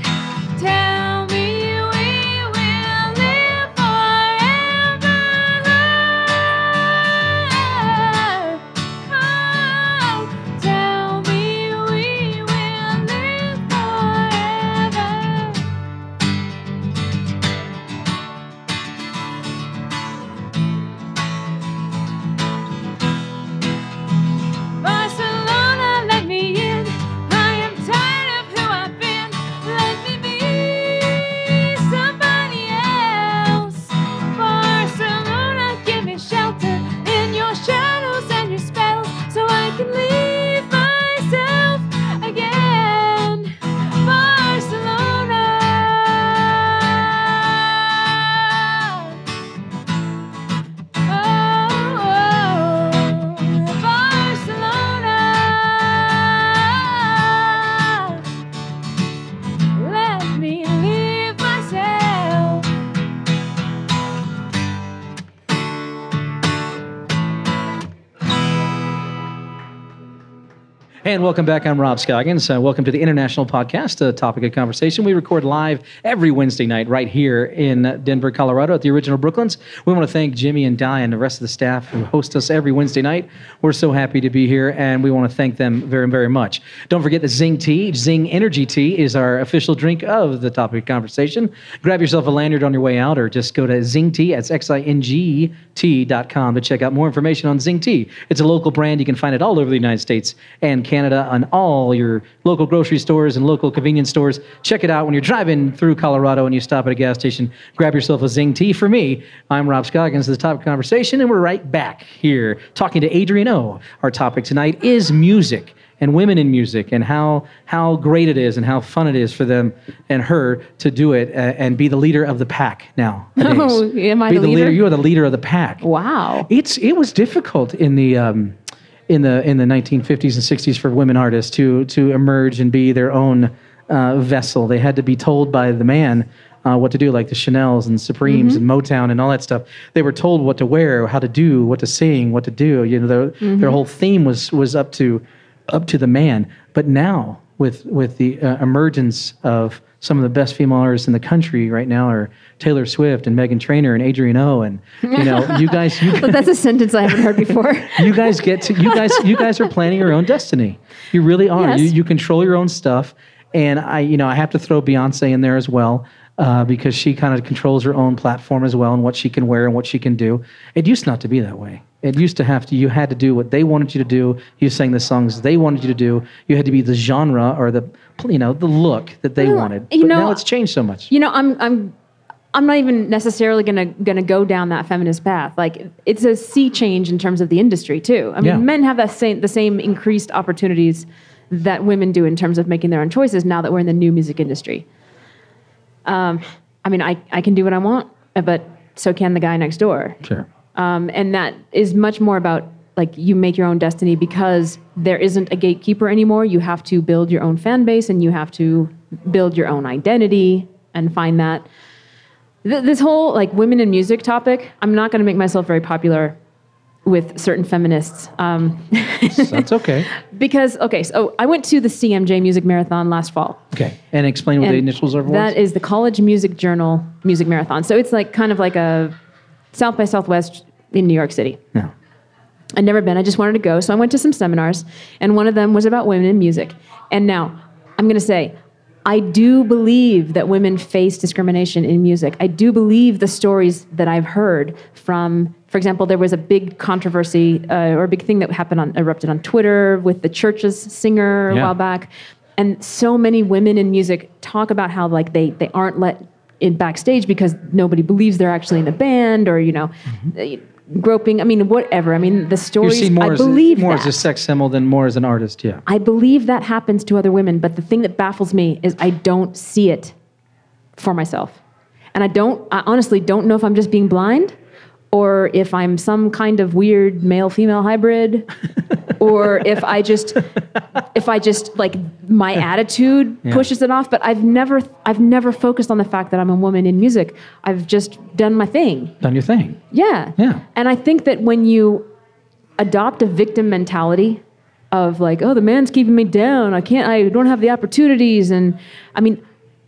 Tell me we will live forever. Oh, tell me we will live forever. Barcelona, let me in. I am tired of who I've been. Let me be somebody else. Barcelona, give me shelter in your shadows and your spells so I can leave myself again. Barcelona. Oh, Barcelona, let me leave myself.
And welcome back. I'm Rob Scoggins. Uh, welcome to the International Podcast, a topic of conversation. We record live every Wednesday night right here in Denver, Colorado at the original Brooklands. We want to thank Jimmy and Di and the rest of the staff who host us every Wednesday night. We're so happy to be here and we want to thank them very, very much. Don't forget the Zing Tea. Zing Energy Tea is our official drink of the topic of conversation. Grab yourself a lanyard on your way out or just go to Zing Tea. That's X I N G T.com to check out more information on Zing Tea. It's a local brand. You can find it all over the United States and Canada on all your local grocery stores and local convenience stores. Check it out when you're driving through Colorado and you stop at a gas station. Grab yourself a Zing tea. For me, I'm Rob Scoggins, the topic conversation, and we're right back here talking to Adrian O. Our topic tonight is music and women in music and how how great it is and how fun it is for them and her to do it uh, and be the leader of the pack now.
Oh, am I
be
the leader?
You are the leader of the pack.
Wow.
It's it was difficult in the um, in the in the 1950s and 60s for women artists to to emerge and be their own uh, vessel. They had to be told by the man uh, what to do, like the Chanel's and Supremes and Motown and all that stuff. They were told what to wear, how to do, what to sing, what to do. You know, their, their whole theme was was up to up to the man. But now with with the uh, emergence of some of the best female artists in the country right now are Taylor Swift and Megan Trainor and Adrienne O and you know you guys you guys,
That's a sentence I haven't heard before.
you guys get to you guys you guys are planning your own destiny you really are
Yes.
you, you control your own stuff and i you know i have to throw beyonce in there as well uh, because she kind of controls her own platform as well and what she can wear and what she can do it used not to be that way it used to have to you had to do what they wanted you to do you sang the songs they wanted you to do you had to be the genre or the you know the look that they
Well,
wanted
you
but
know,
now it's changed so much
You know, I'm I'm I'm not even necessarily gonna gonna go down that feminist path. Like it's a sea change in terms of the industry too. I mean,
Yeah.
men have that same the same increased opportunities that women do in terms of making their own choices now that we're in the new music industry. Um, I mean, I, I can do what I want, but so can the guy next door.
sure
Um, and that is much more about like you make your own destiny because there isn't a gatekeeper anymore. You have to build your own fan base and you have to build your own identity and find that. Th- this whole like women in music topic, I'm not going to make myself very popular with certain feminists. Um,
that's okay
because, okay, so I went to the CMJ Music Marathon last fall.
okay and explain what the
And
initials are for us.
That is the College Music Journal Music Marathon. So it's like kind of like a South by Southwest in New York City.
no
I'd never been. I just wanted to go. So I went to some seminars, and one of them was about women in music. And now I'm going to say, I do believe that women face discrimination in music. I do believe the stories that I've heard from, for example, there was a big controversy uh, or a big thing that happened on erupted on Twitter with the church's singer a
Yeah.
while back, and so many women in music talk about how like they they aren't let in backstage because nobody believes they're actually in the band or you know.
Mm-hmm.
eh, Groping, I mean, whatever. I mean, the story
you're
stories.
seen more
I
as
believe
more
that.
as a sex symbol than more as an artist yeah
I believe that happens to other women, but the thing that baffles me is I don't see it for myself. And I don't I honestly don't know if I'm just being blind or if I'm some kind of weird male female hybrid or if I just if I just like my attitude pushes it off. But I've never I've never focused on the fact that I'm a woman in music. I've just done my thing.
Done your thing.
Yeah.
Yeah.
And I think that when you adopt a victim mentality of like, oh, the man's keeping me down. I can't. I don't have the opportunities. And I mean,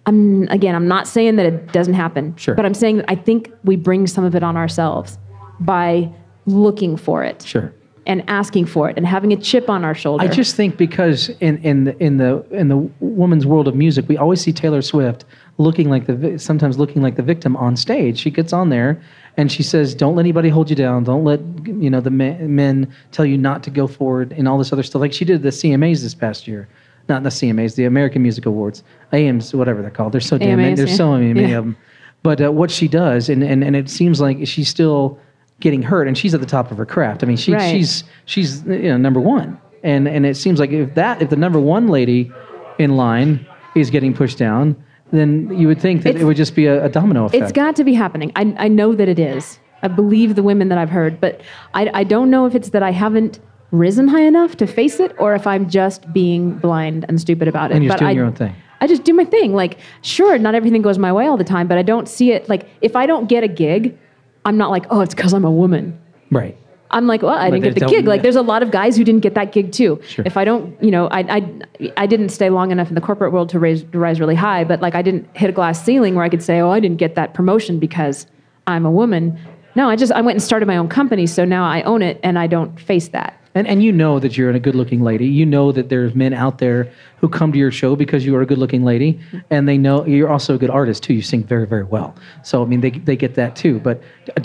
I'm again. I'm not saying that it doesn't happen.
Sure.
But I'm saying that I think we bring some of it on ourselves by looking for it
Sure.
and asking for it and having a chip on our shoulder.
I just think because in in the in the in the woman's world of music, we always see Taylor Swift looking like the vi- sometimes looking like the victim on stage. She gets on there and she says, "Don't let anybody hold you down. Don't let you know the men, men tell you not to go forward and all this other stuff." Like she did the CMAs this past year, not the CMAs, the American Music Awards, AMs, whatever they're called. They're so damn many.
AMAs,
There's
yeah.
so many, many
Yeah.
of them. But uh, what she does, and, and and it seems like she's still getting hurt, and she's at the top of her craft. I mean, she
Right.
she's she's you know number one and and it seems like if that if the number one lady in line is getting pushed down then you would think that it
It's-
would just be a, a domino effect
It's got to be happening. I, I know that it is. I believe the women that I've heard, but I, I don't know if it's that I haven't risen high enough to face it or if I'm just being blind and stupid about it.
And you're
but
doing
I,
your own thing.
I just do my thing. Like, sure, not everything goes my way all the time, but I don't see it. Like, if I don't get a gig, I'm not like, oh, it's because I'm a woman.
right
I'm like, well, I
But
didn't
they
get the
don't-
gig. Like, there's a lot of guys who didn't get that gig too.
Sure.
If I don't, you know, I, I, I didn't stay long enough in the corporate world to raise to rise really high, but like I didn't hit a glass ceiling where I could say, oh, I didn't get that promotion because I'm a woman. No, I just I went and started my own company, so now I own it and I don't face that.
and and you know that you're a good looking lady you know that there's men out there who come to your show because you are a good looking lady and they know you're also a good artist too you sing very very well so i mean they, they get that too but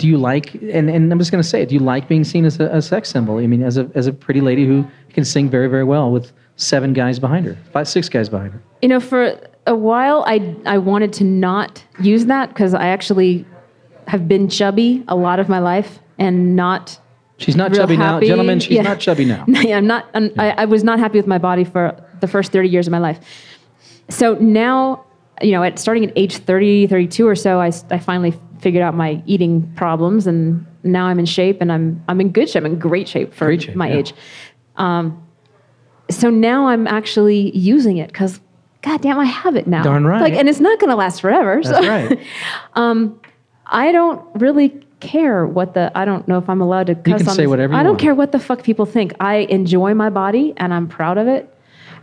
do you like and, and i'm just going to say it do you like being seen as a, a sex symbol i mean as a, as a pretty lady who can sing very very well with seven guys behind her five six guys behind her
You know, for a while I I wanted to not use that because I actually have been chubby a lot of my life and not
She's not
real
chubby now,
happy.
gentlemen. She's
Yeah.
not chubby now.
yeah, I'm not. I'm, I, I was not happy with my body for the first 30 years of my life. So now, you know, at starting at age 30, 32 or so, I, s- I finally figured out my eating problems, and now I'm in shape, and I'm I'm in good shape. I'm in great shape for
Great shape,
my
yeah.
age. Um, so now I'm actually using it because, goddamn, I have it now.
Darn right.
Like, and it's not going to last forever.
That's
so
right.
I don't really care what the I don't know if I'm allowed to cuss
can
on
say
this.
whatever you
I don't
want.
care what the fuck people think. I enjoy my body and I'm proud of it.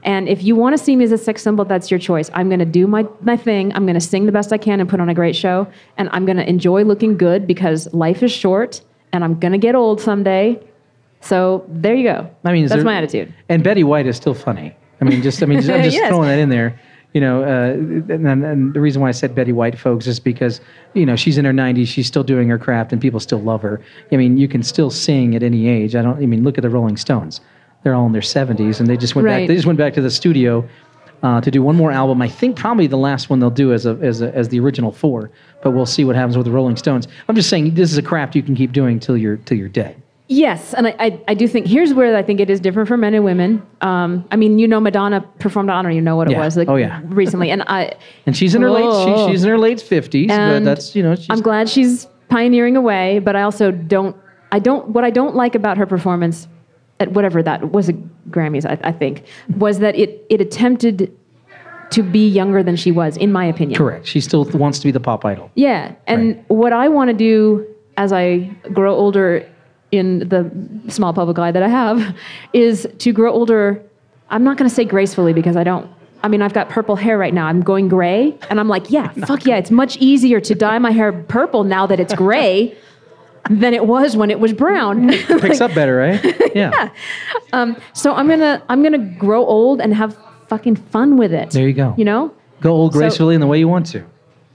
And if you want to see me as a sex symbol, that's your choice. I'm going to do my, my thing. I'm going to sing the best I can and put on a great show. And I'm going to enjoy looking good because life is short and I'm going to get old someday. So there you go.
I mean, is
that's
there-
my attitude.
And Betty White is still funny. I mean, just I mean, just, I'm just
Yes.
throwing that in there. You know, uh, and, and- and the reason why I said Betty White, folks, is because you know she's in her 90s, she's still doing her craft, and people still love her. I mean, you can still sing at any age. I don't. I mean, look at the Rolling Stones; they're all in their 70s, and they just went back.
Right.
They just went back to the studio uh, to do one more album. I think probably the last one they'll do as a, as a, as the original four, but we'll see what happens with the Rolling Stones. I'm just saying this is a craft you can keep doing till you're till you're dead.
Yes, and I, I, I do think here's where I think it is different for men and women. Um, I mean, you know, Madonna performed on, or you know what it
Yeah.
was, like
Oh, yeah.
recently, and I.
And she's in her late
Whoa.
she, she's in her late fifties, but
And
that's you know she's
I'm glad she's pioneering away, but I also don't. I don't. What I don't like about her performance at whatever that was a Grammys, I, I think, was that it it attempted to be younger than she was, in my opinion.
correct. She still wants to be the pop idol.
Yeah, and
Right.
what I want to do as I grow older in the small public eye that I have is to grow older. I'm not going to say gracefully because I don't. I mean, I've got purple hair right now. I'm going gray, and I'm like, yeah, fuck yeah. It's much easier to dye my hair purple now that it's gray than it was when it was brown.
Picks up better, right? Yeah.
so I'm gonna I'm gonna grow old and have fucking fun with it.
There you go.
You know?
Go old gracefully in the way you want to.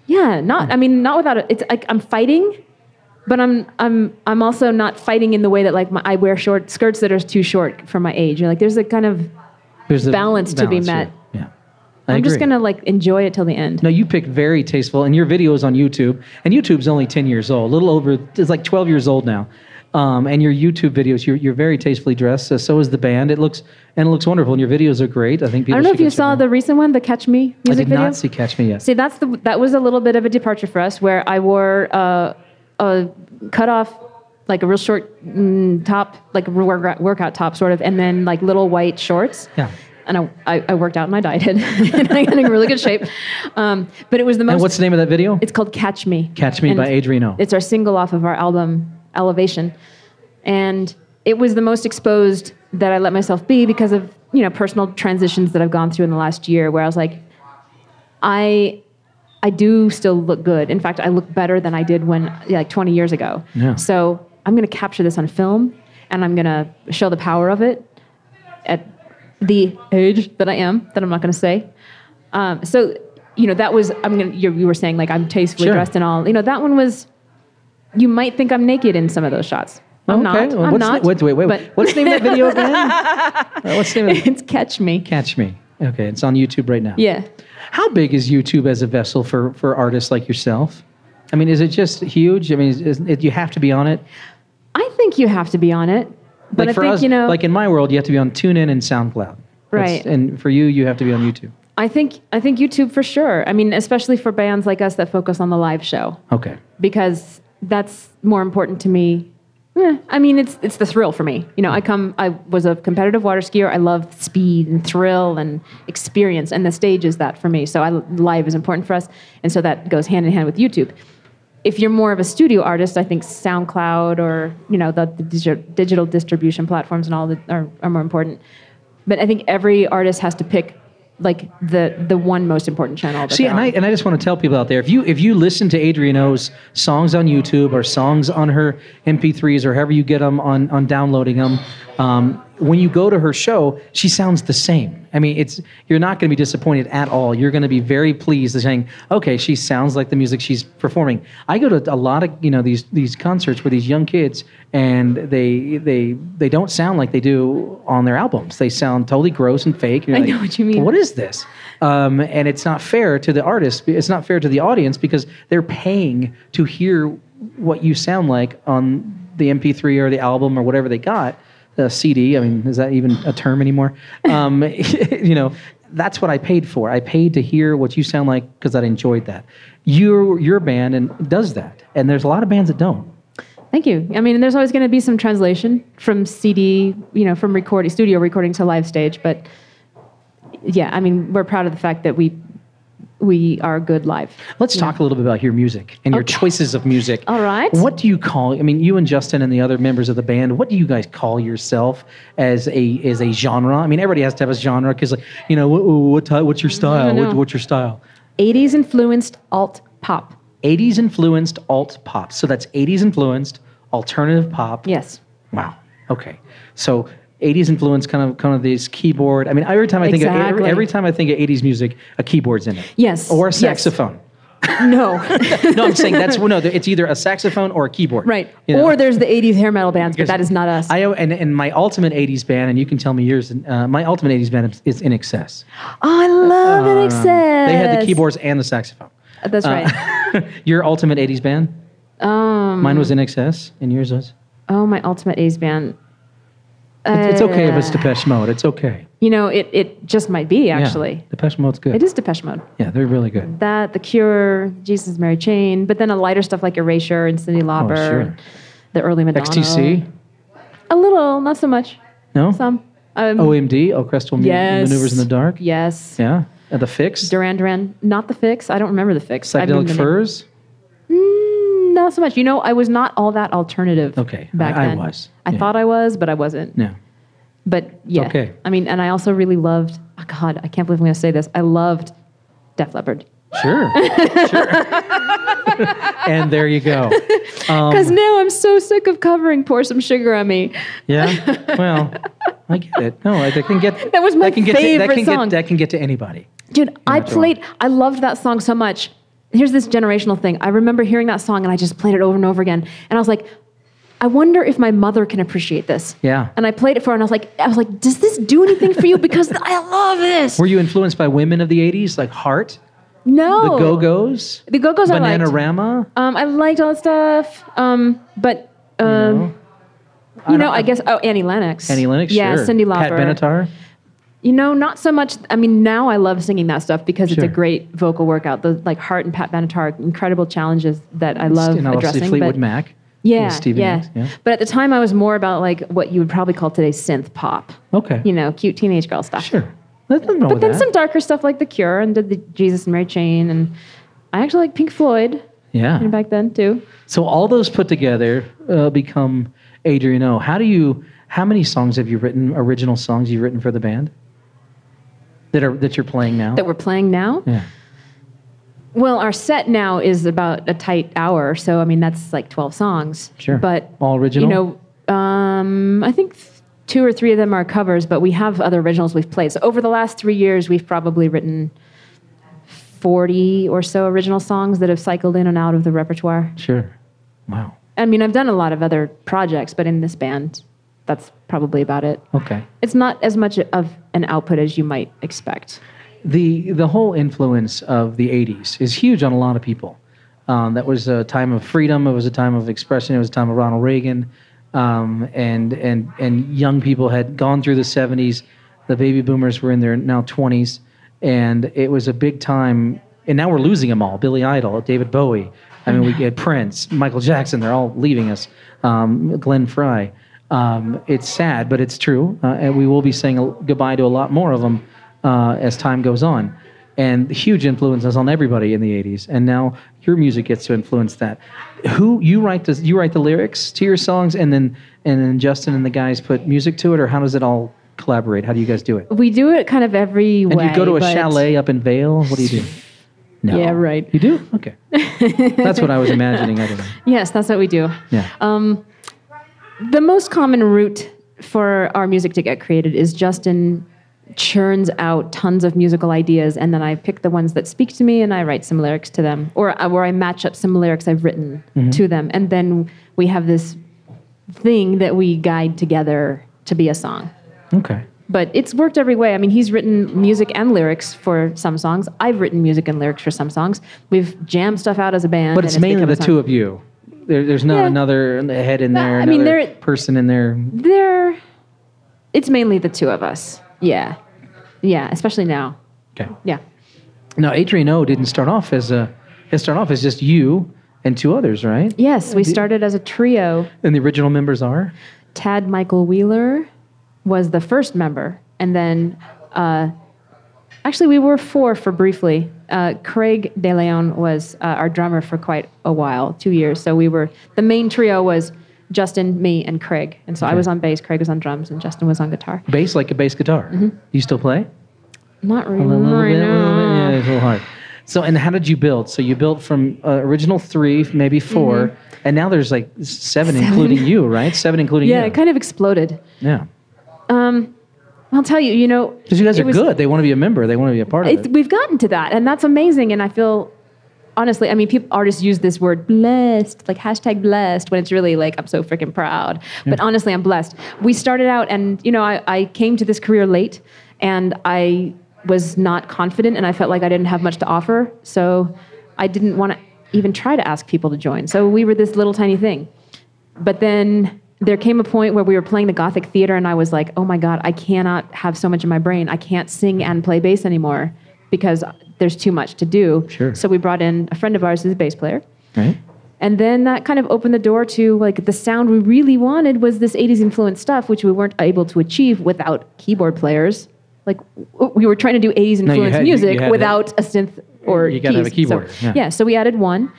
Yeah, not. I mean, not without it. It's like I'm fighting, but I'm I'm I'm also not fighting in the way that like my, I wear short skirts that are too short for my age. You're like there's a kind of
There's the
Balance to be met.
here. Yeah. I
I'm just
agree.
gonna like enjoy it till the end.
No, you picked very tasteful, and your video is on YouTube. And YouTube's only ten years old, a little over. It's like twelve years old now. Um, and your YouTube videos, you're, you're very tastefully dressed. So, so is the band. It looks and it looks wonderful. And your videos are great. I think people.
I don't know
should
if you
go check
saw
them
the recent one, the Catch Me
out. I
music
did
video.
not see Catch Me Yet.
See, that's the that was a little bit of a departure for us, where I wore uh, a cut off like a real short mm, top, like a work- workout top sort of, and then like little white shorts.
Yeah.
And I, I, I worked out and I dieted, and I got in really good shape. Um, but it was the most.
And what's the name of that video?
It's called Catch Me.
Catch Me
And
by Adreno.
It's our single off of our album Elevation. And it was the most exposed that I let myself be because of, you know, personal transitions that I've gone through in the last year where I was like, I I do still look good. In fact, I look better than I did when yeah, like 20 years ago.
Yeah.
So I'm gonna capture this on film and I'm gonna show the power of it at the age that I am, that I'm not gonna say. Um, so you know, that was I'm gonna you, you were saying like I'm tastefully
Sure.
dressed and all. You know, that one was you might think I'm naked in some of those shots. I'm
Oh, okay.
not.
well,
I'm
what's
not.
The, wait, wait, wait.
but
What's the name of that video again? Uh, what's the name of the,
it's catch me.
Catch Me. Okay, it's on YouTube right now.
Yeah.
How big is YouTube as a vessel for for artists like yourself? I mean, is it just huge? I mean, is, is it, you have to be on it.
I think you have to be on it. But
like
I
for
think
us,
you know
like in my world, you have to be on TuneIn and SoundCloud.
Right.
and for you, you have to be on YouTube.
I think I think YouTube for sure. I mean, especially for bands like us that focus on the live show
Okay.
because that's more important to me. Eh, I mean, it's it's the thrill for me. You know, I come. I was a competitive water skier. I love speed and thrill and experience, and the stage is that for me. So I, live is important for us, and so that goes hand in hand with YouTube. If you're more of a studio artist, I think SoundCloud or you know the, the digi- digital distribution platforms and all that are, are more important. But I think every artist has to pick like the the one most important channel. That
See,
they're
and
on.
I and I just want to tell people out there if you if you listen to Adriano's songs on YouTube or songs on her MP3s or however you get them on on downloading them, um, when you go to her show, she sounds the same. I mean, it's you're not going to be disappointed at all. You're going to be very pleased, saying, "Okay, she sounds like the music she's performing." I go to a lot of you know these these concerts with these young kids, and they they they don't sound like they do on their albums. They sound totally gross and fake. You're
I
like,
know what you mean.
What is is this? Um, and it's not fair to the artist. It's not fair to the audience because they're paying to hear what you sound like on the MP3 or the album or whatever they got, the CD. I mean, is that even a term anymore? Um, you know, that's what I paid for. I paid to hear what you sound like because I enjoyed that. Your your band and does that, and there's a lot of bands that don't.
Thank you. I mean, there's always going to be some translation from CD, you know, from recording studio recording to live stage, but yeah, I mean, we're proud of the fact that we we are good live.
Let's talk a little bit about your music and your
Okay.
choices of music.
All right.
What do you call? I mean, you and Justin and the other members of the band. What do you guys call yourself as a as a genre? I mean, everybody has to have a genre because, like, you know, what, what ty- what's your style?
know.
What, what's your style?
80s influenced alt pop.
80s influenced alt pop. So that's 80s influenced alternative pop.
Yes.
Wow. Okay. So 80s influence, kind of, kind of this keyboard. I mean, every time I think of every,
Exactly.
every time I think of 80s music, a keyboard's in it.
Yes.
Or a
Yes.
saxophone.
No.
no, I'm saying that's well, no. It's either a saxophone or a keyboard.
right.
You know?
Or there's the 80s hair metal bands, but
Because
that is not us.
I and and my ultimate '80s band, and you can tell me yours. Uh, my ultimate '80s band is, In Excess. Um,
oh, I love it. Excess. Uh,
They had the keyboards and the saxophone. Uh,
That's right.
Your ultimate '80s band?
Um,
Mine was In Excess, and yours was.
oh, my ultimate 80s band.
It's, it's okay if
Uh,
it's Depeche Mode. It's okay.
You know, it, it just might be
Yeah,
actually.
Depeche Mode's good.
It is Depeche Mode.
Yeah, they're really good.
that, The Cure, Jesus Mary Chain, but then a lighter stuff like Erasure and Cindy Lauper,
Oh, sure.
the early Madonna.
XTC.
A little, not so much.
No.
Some. Um,
OMD. Orchestral Mu-
yes.
Maneuvers in the Dark.
Yes.
Oh, Yeah. Uh, the Fix.
Duran Duran, not the fix. I don't remember the fix. I
Psychedelic
remember the name.
Furs.
Mm, not so much. You know, I was not all that alternative.
Okay, I-
Back
I
then.
was.
I
Yeah.
thought I was, but I wasn't.
No.
But yeah.
okay.
I mean, and I also really loved. Oh God, I can't believe I'm going to say this. I loved Def Leppard.
Sure. sure. and there you go. Um,
Because now I'm so sick of covering Pour Some Sugar on Me.
Yeah. Well, I get it. No, I, I can get
That was my
can get to, that
favorite
can
song.
Get, that can get to anybody.
Dude, I
that's
played, I loved that song so much. Here's this generational thing. I remember hearing that song and I just played it over and over again. And I was like, I wonder if my mother can appreciate this.
Yeah.
And I played it for her and I was like, I was like, does this do anything for you? Because I love this.
Were you influenced by women of the '80s, like Heart,
no.
the Go Go's,
The Go-Go's I liked.
Bananarama?
Um, I liked all that stuff. Um, but, um, you know, I,
don't-
guess, oh, Annie Lennox.
Annie Lennox,
Yeah,
sure.
Cindy Lauper.
Pat Benatar.
You know, not so much. I mean, now I love singing that stuff because it's
Sure.
a great vocal workout. The like Hart and Pat Benatar, incredible challenges that I love
and obviously
addressing.
Fleetwood
but
Mac.
Yeah,
Stevie
yeah.
Nicks, yeah.
But at the time, I was more about like what you would probably call today synth pop.
Okay.
You know, cute teenage girl stuff.
Sure. That's nothing wrong
But
with
then
that.
some darker stuff like The Cure and did the Jesus and Mary Chain, and I actually like Pink Floyd you know,
yeah.
back then too.
So all those put together uh, become Adrian O. How do you? How many songs have you written? Original songs you've written for the band that are that you're playing now?
That we're playing now.
yeah.
Well, our set now is about a tight hour, so I mean that's like twelve songs.
Sure.
But
All original?
You know, um, I think th- two or three of them are covers, but we have other originals we've played. So over the last three years, we've probably written forty or so original songs that have cycled in and out of the repertoire.
Sure. Wow.
I mean, I've done a lot of other projects, but in this band, that's probably about it.
Okay.
It's not as much of an output as you might expect.
the the whole influence of the 80s is huge on a lot of people um, that was a time of freedom it was a time of expression it was a time of ronald reagan um, and and and young people had gone through the 70s the baby boomers were in their now 20s and it was a big time and now we're losing them all billy idol david bowie i mean we get prince michael jackson they're all leaving us um, glenn fry um, it's sad but it's true uh, and we will be saying a- goodbye to a lot more of them uh, as time goes on. And huge influences on everybody in the '80s, and now your music gets to influence that. Who you write the you write the lyrics to your songs, and then and then Justin and the guys put music to it, or how does it all collaborate? How do you guys do it?
We do it kind of every
And
way.
you go to a
but-
chalet up in Vale. What do you do? No.
Yeah, right.
You do? Okay. That's what I was imagining. I don't know.
Yes, that's what we do.
Yeah.
Um, the most common route for our music to get created is Justin churns out tons of musical ideas, and then I pick the ones that speak to me, and I write some lyrics to them, or uh, or I match up some lyrics I've written
Mm-hmm.
to them, and then we have this thing that we guide together to be a song.
okay.
But it's worked every way. I mean, he's written music and lyrics for some songs. I've written music and lyrics for some songs. We've jammed stuff out as a band.
But
and
it's mainly
become
the
a song.
two of you. There, there's not
Yeah.
another head in there.
I mean,
another
there-
person in there.
They're, it's mainly the two of us. Yeah. Yeah, especially now.
Okay.
Yeah.
Now, Adrian O didn't start off as a. It started off as just you and two others, right?
Yes, we started as a trio.
And the original members are.
Tad Michael Wheeler was the first member, and then uh, actually we were four for briefly. Uh, Craig De Leon was uh, our drummer for quite a while, two years. So we were the main trio was Justin, me, and Craig. And so I was on bass, Craig was on drums, and Justin was on guitar.
Bass like a bass guitar. You still play?
Not really.
A little
Mm-hmm. right
bit, a little bit.
now.
Yeah, it's a little hard. So, and how did you build? So you built from uh, original three, maybe 4 and now there's like seven, including you, right? Seven including
Mm-hmm. Yeah,
you.
it kind of exploded.
yeah.
Um, I'll tell you, you know,
Because you guys
it
are
was-
good. They want to be a member. They want to be a part of
It's,
it.
we've gotten to that, and that's amazing. And I feel honestly, I mean, people artists use this word blessed, like hashtag blessed, when it's really like I'm so freaking proud. But honestly, I'm blessed. We started out, and you know, I, I came to this career late, and I was not confident, and I felt like I didn't have much to offer, so I didn't want to even try to ask people to join. So we were this little tiny thing. But then there came a point where we were playing the Gothic Theater, and I was like, oh my God, I cannot have so much in my brain. I can't sing and play bass anymore because there's too much to do.
Sure.
So we brought in a friend of ours who's a bass player.
Right?
And then that kind of opened the door to like the sound we really wanted was this 80s influenced stuff, which we weren't able to achieve without keyboard players. Like w- we were trying to do 80s
No, you
influenced
had- you-
music
you had
without a synth or
You gotta have a
keys. So-
keyboard, yeah.
so we added one,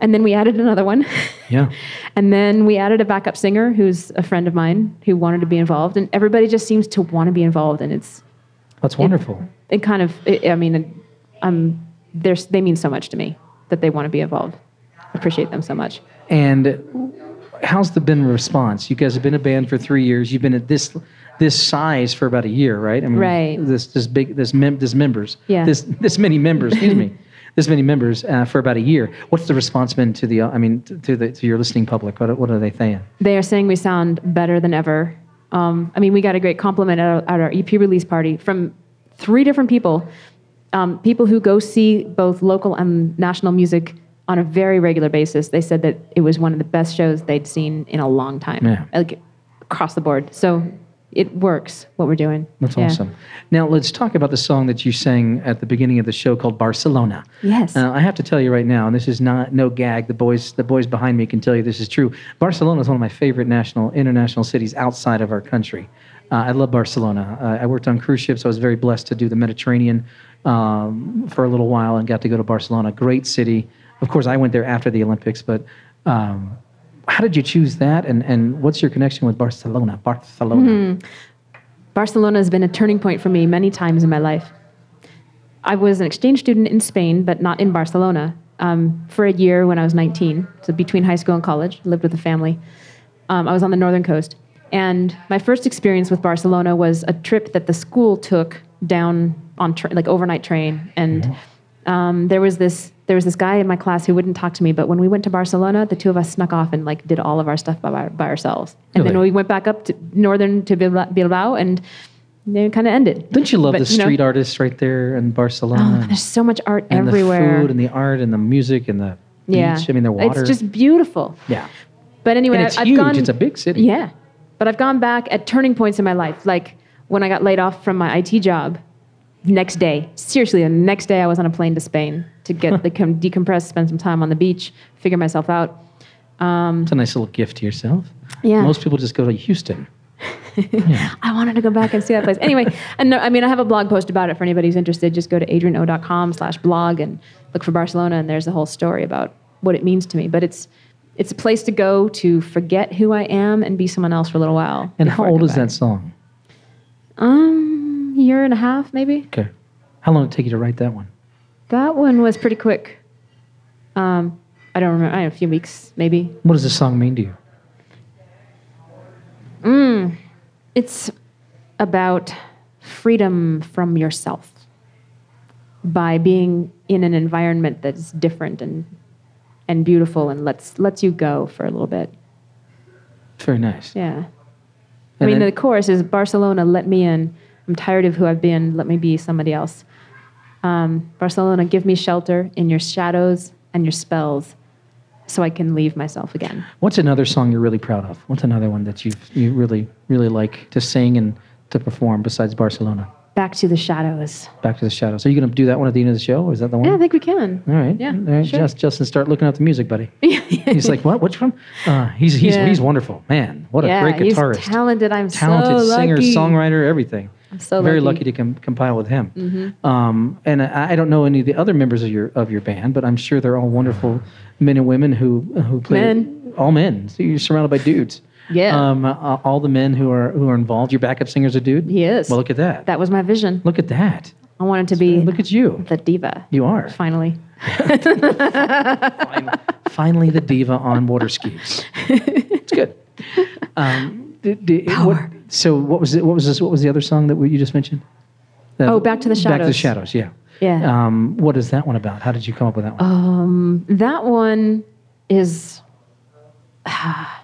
and then we added another one.
Yeah.
And then we added a backup singer who's a friend of mine who wanted to be involved, and everybody just seems to want to be involved, and it's
That's wonderful.
it kind of it, I mean, um, there's they mean so much to me that they want to be involved. Appreciate them so much.
And how's the been response? You guys have been a band for three years. You've been at this this size for about a year, right? I mean,
Right.
This this big this mem- this members.
Yeah.
This this many members. excuse me. This many members uh, for about a year. What's the response been to the? uh, I mean, t- to the to your listening public. What are- what are they saying?
They are saying we sound better than ever. Um, I mean, we got a great compliment at our, at our EP release party from three different people, um, people who go see both local and national music on a very regular basis. They said that it was one of the best shows they'd seen in a long time,
Yeah.
like across the board. So it works what we're doing.
That's
Yeah.
awesome. Now let's talk about the song that you sang at the beginning of the show called Barcelona.
Yes.
Uh, I have to tell you right now, and this is not no gag. The boys, the boys behind me can tell you this is true. Barcelona is one of my favorite national, international cities outside of our country. Uh, I love Barcelona. Uh, I worked on cruise ships. I was very blessed to do the Mediterranean um, for a little while and got to go to Barcelona. Great city. Of course, I went there after the Olympics, but. Um, how did you choose that, and, and what's your connection with Barcelona? Barcelona.
Barcelona has been a turning point for me many times in my life. I was an exchange student in Spain, but not in Barcelona, um, for a year when I was 19. So between high school and college, lived with a family. Um, I was on the northern coast. And my first experience with Barcelona was a trip that the school took down on tra- like overnight train. And um, there was this there was this guy in my class who wouldn't talk to me. But when we went to Barcelona, the two of us snuck off and like did all of our stuff by, by ourselves. And then
Really?
we went back up to northern to Bilbao, Bilbao and they kind of ended.
Didn't you love
But,
the
you know-
street artists right there in Barcelona?
Oh, There's so much art
Mm. and
everywhere.
the food and the art and the music and the
yeah,
beach. I mean, the water.
It's just beautiful.
yeah.
But anyway,
And it's
I've
huge.
gone.
it's a big city.
Yeah, but I've gone back at turning points in my life, like when I got laid off from my IT job. Next day, seriously, the next day I was on a plane to Spain to get the com- decompress, spend some time on the beach, figure myself out.
It's a nice little gift to yourself.
Yeah.
Most people just go to Houston.
I wanted to go back and see that place. Anyway, and no, I mean, I have a blog post about it for anybody who's interested. Just go to adriano.com slash blog and look for Barcelona, and there's a whole story about what it means to me. But it's it's a place to go to forget who I am and be someone else for a little while.
And
before
how
I
old
go
is
back.
that song?
Um, year and a half, maybe.
Okay. How long did it take you to write that one?
That one was pretty quick. Um, I don't remember. I don't know, a few weeks, maybe.
What does this song mean to you?
It's about freedom from yourself by being in an environment that's different and and beautiful and lets lets you go for a little bit.
Very nice.
Yeah. I
And
mean,
then-
the chorus is Barcelona, let me in. I'm tired of who I've been. Let me be somebody else. Um, Barcelona, give me shelter in your shadows and your spells so I can leave myself again.
What's another song you're really proud of? What's another one that you you really really like to sing and to perform besides Barcelona?
Back to the shadows.
Back to the Shadows. Are you going to do that one at the end of the show, or is that the one?
Yeah, I think we can.
All right.
Yeah,
All right.
sure.
Just, Justin, start looking up the music, buddy. he's like, what? Which one? Uh, he's he's
Yeah.
he's wonderful, man. What a
yeah,
great guitarist,
He's talented. I'm
talented
so lucky.
singer, songwriter, everything.
I'm so
Very lucky,
lucky.
to
Mm-hmm.
com- compile with him. Um, and I, I don't know any of the other members of your of your band, but I'm sure they're all wonderful men and women who who play
Men.
all men. So you're surrounded by dudes.
Yeah.
Um, uh, all the men who are who are involved. Your backup singer's a dude.
He is.
Well, look at that.
That was my vision.
look at that.
I wanted to be
Look at you.
the diva,
You are.
finally.
Fin- finally the diva on water skis. It's good. Um, d- d- what- so what was it, what was this? What was the other song that you just mentioned? The-
Oh, Back to the
Back to the
Shadows.
shadows. Yeah.
Yeah.
Um, what is that one about? How did you come up with that one?
That one is. that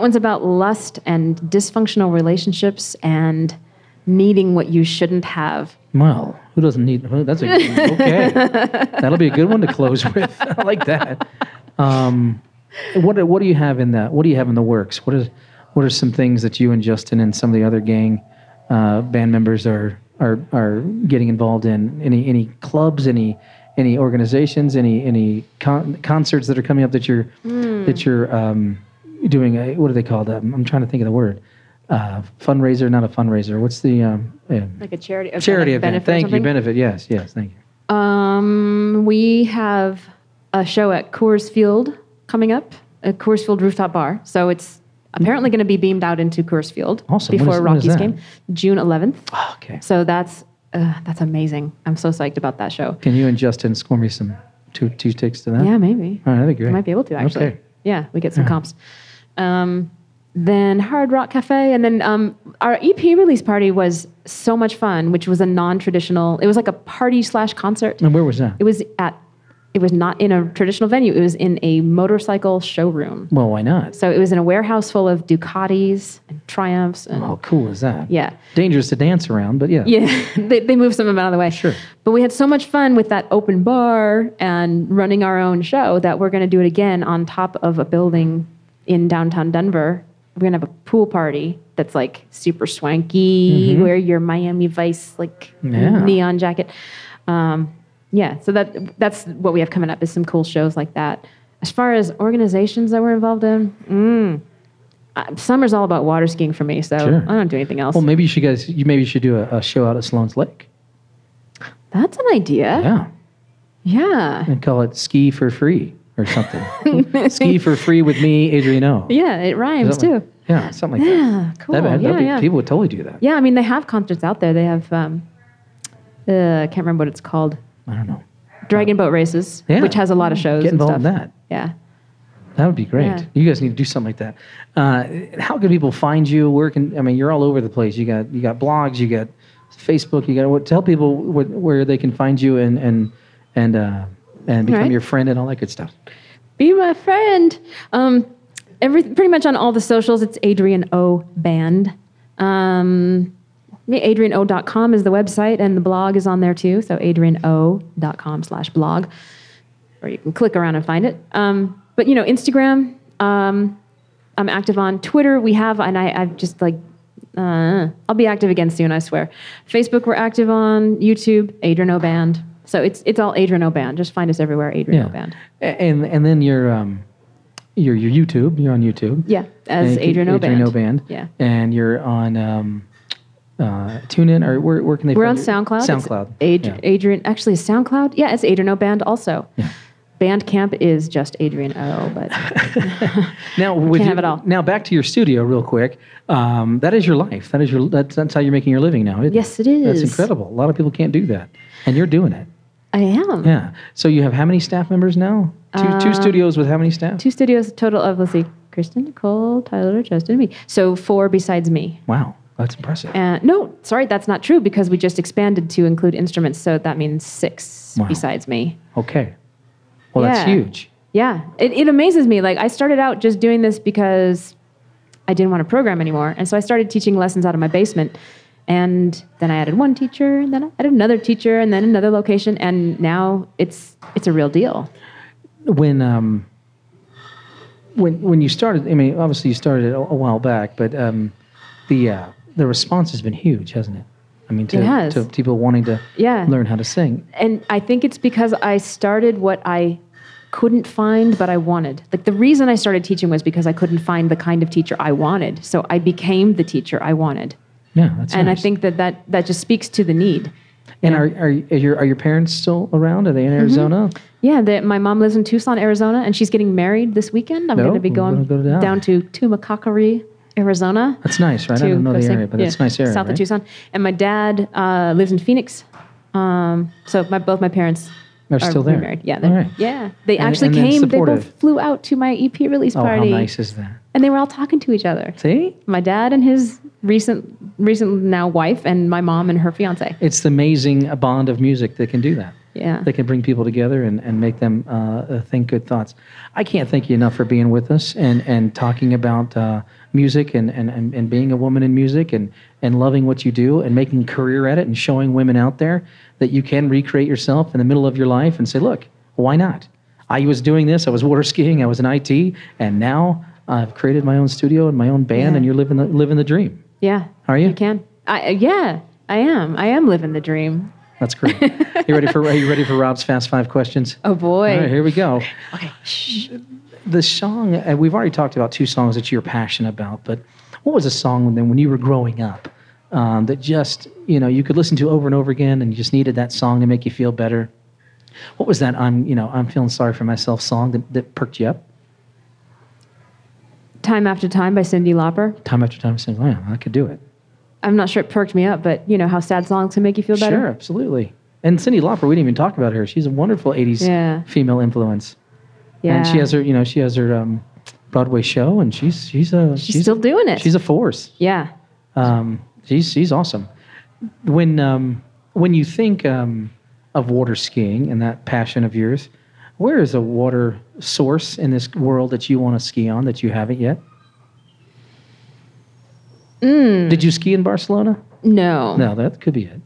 one's about lust and dysfunctional relationships and needing what you shouldn't have.
well, who doesn't need? who- That's a okay. That'll be a good one to close with. I like that. Um, what do- what do you have in that? What do you have in the works? What is what are some things that you and Justin and some of the other gang uh, band members are are are getting involved in? Any any clubs? Any any organizations? Any any con- concerts that are coming up that you're that you're um, doing? A, what are they called? Um, I'm trying to think of the word. Uh, fundraiser, not a fundraiser. What's the um, yeah,
Like a charity. A
charity
benefit
event?
or
Thank you,
something?
benefit. Yes, yes, thank you.
Um, we have a show at Coors Field coming up, a Coors Field rooftop bar. So it's apparently going to be beamed out into Coors Field
Awesome. When
before
is- when is
Rockies
that?
game, June 11th.
Okay.
So that's uh, that's amazing. I'm so psyched about that show.
Can you and Justin score me some two two takes to that?
Yeah, maybe.
All right, that'd be
I
great.
might be able to actually.
Okay.
Yeah, we get some comps. Um, then Hard Rock Cafe, and then um, our EP release party was so much fun, which was a non-traditional. It was like a party slash concert.
And where was that?
It was at. It was not in a traditional venue. It was in a motorcycle showroom.
Well, why not?
So it was in a warehouse full of Ducatis and Triumphs and
How cool is that?
yeah.
Dangerous to dance around, but yeah.
Yeah, they, they moved some of them out of the way.
Sure.
But we had so much fun with that open bar and running our own show that we're going to do it again on top of a building in downtown Denver we're gonna have a pool party that's like super swanky. Wear your Miami Vice like
Mm-hmm. Yeah.
neon jacket. Um, yeah, so that that's what we have coming up is some cool shows like that. As far as organizations that we're involved in, mm, uh, summer's all about water skiing for me, so
Sure.
I don't do anything else.
Well, maybe you should guys. You maybe you should do a, a show out at Sloan's Lake.
that's an idea.
Yeah,
Yeah.
and call it Ski for Free or something. ski for Free with me, Adrian O.
Yeah, it rhymes
Something like-
too.
Yeah, something like that.
Yeah, cool.
That'd be- that'd
yeah,
be-
yeah.
People would totally do that.
yeah, I mean, they have concerts out there. They have, um, uh, I can't remember what it's called,
I don't know.
Dragon Boat Races,
Yeah.
which has a lot of shows
Get
and
involved
stuff.
in that.
Yeah.
That would be great.
Yeah.
You guys need to do something like that. Uh, how can people find you? Where can I mean? You're all over the place. You got you got blogs. You got Facebook. You got what? Tell people where, where they can find you and and and uh, and become
right.
your friend and all that good stuff.
Be my friend. Um, every, pretty much on all the socials, it's Adrian O Band. Um, AdrianO.com is the website, and the blog is on there too. So AdrianO.com slash blog, or you can click around and find it. Um, but you know, Instagram, um, I'm active on Twitter. We have, and I, I've just like, uh, I'll be active again soon, I swear. Facebook, we're active on YouTube, Adrian O Band. So it's it's all Adrian O Band. Just find us everywhere, Adrian O Band.
A- And and then your um, your your YouTube. You're on YouTube.
Yeah,
And
as
you-
Adrian Oband.
Adrian Oband.
Yeah.
And you're on um, uh, TuneIn or where, where can they?
We're on
find you?
SoundCloud. It's
SoundCloud.
Ad-
Yeah.
Adrian, actually, is SoundCloud. Yeah, it's Adrian O Band also. Bandcamp is just Adrian O, but
Now, with
Can't
your-
have it all.
Now, back to your studio, real quick. Um, that is your life. That is your. That's, that's how you're making your living now. isn't
Yes, it
That's
is.
incredible. A lot of people can't do that, and you're doing it.
I am.
Yeah. So you have how many staff members now? Two,
Uh,
two studios with how many staff?
Two studios, a total of, let's see, Kristen, Nicole, Tyler, Justin, and me. So four besides me.
Wow, that's impressive.
And no, sorry, that's not true because we just expanded to include instruments. So that means six
Wow.
besides me.
Okay. Well, that's
Yeah.
huge.
Yeah, it, it amazes me. Like, I started out just doing this because I didn't want to program anymore. And so I started teaching lessons out of my basement. And then I added one teacher, and then I added another teacher, and then another location. And now it's it's a real deal.
when um, when when you started, I mean, obviously you started it a, a while back, but um, the uh, the response has been huge, hasn't it? I mean, to,
It has.
to people wanting to
Yeah.
learn how to sing.
And I think it's because I started what I couldn't find, but I wanted. Like, the reason I started teaching was because I couldn't find the kind of teacher I wanted. So I became the teacher I wanted.
Yeah, that's
And I
nice.
think that, that that just speaks to the need.
And are, are, are, your, are your parents still around? Are they
Mm-hmm.
in Arizona?
Yeah, the, my mom lives in Tucson, Arizona, and she's getting married this weekend. I'm
No,
going to be
we're
going
gonna go down.
down. to Tumacacari, Arizona.
That's nice, right?
to
I don't know
go
the
sing-
area, but
yeah,
it's a nice area.
South
right?
of Tucson. And my dad uh, lives in Phoenix. Um, so my, both my parents
They're
are
still there.
Married. Yeah,
All
they're-
right.
yeah. They
And-
actually
and then
came. They both
supportive.
flew out to my EP release
Oh,
party,
how nice is that?
and they were all talking to each other.
See?
My dad and his recent, recent now wife, and my mom and her fiance.
It's the amazing uh, bond of music that can do that.
Yeah.
That can bring people together and, and make them uh, uh, think good thoughts. I can't thank you enough for being with us and, and talking about uh, music and, and, and, and being a woman in music and, and loving what you do and making a career at it and showing women out there that you can recreate yourself in the middle of your life and say, look, why not? I was doing this. I was water skiing. I was in IT, and now I've created my own studio and my own band.
Yeah.
And you're living the, living the dream.
Yeah.
Are you?
You can. I, yeah, I am. I am living the dream.
That's great. you ready for Are you ready for Rob's fast five questions?
Oh boy.
All right, here we go. Okay. The song uh, we've already talked about two songs that you're passionate about, but what was a song then when you were growing up um, that just you know you could listen to over and over again, and you just needed that song to make you feel better? What was that? I'm you know I'm feeling sorry for myself song that, that perked you up
Time After Time by Cindy Lauper.
time after time, saying, "Wow, I could do it."
I'm not sure it perked me up, but you know how sad songs can make you feel better.
Sure, absolutely. And Cindy Lauper, we didn't even talk about her. She's a wonderful '80s
Yeah.
female influence.
Yeah.
And she has her, you know, she has her um, Broadway show, and she's she's a she's,
She's, still doing it.
she's a force.
yeah.
Um, she's she's awesome. When um, when you think um, of water skiing and that passion of yours, where is a water source in this world that you want to ski on that you haven't yet?
Hmm.
Did you ski in Barcelona?
No.
No, that could be it.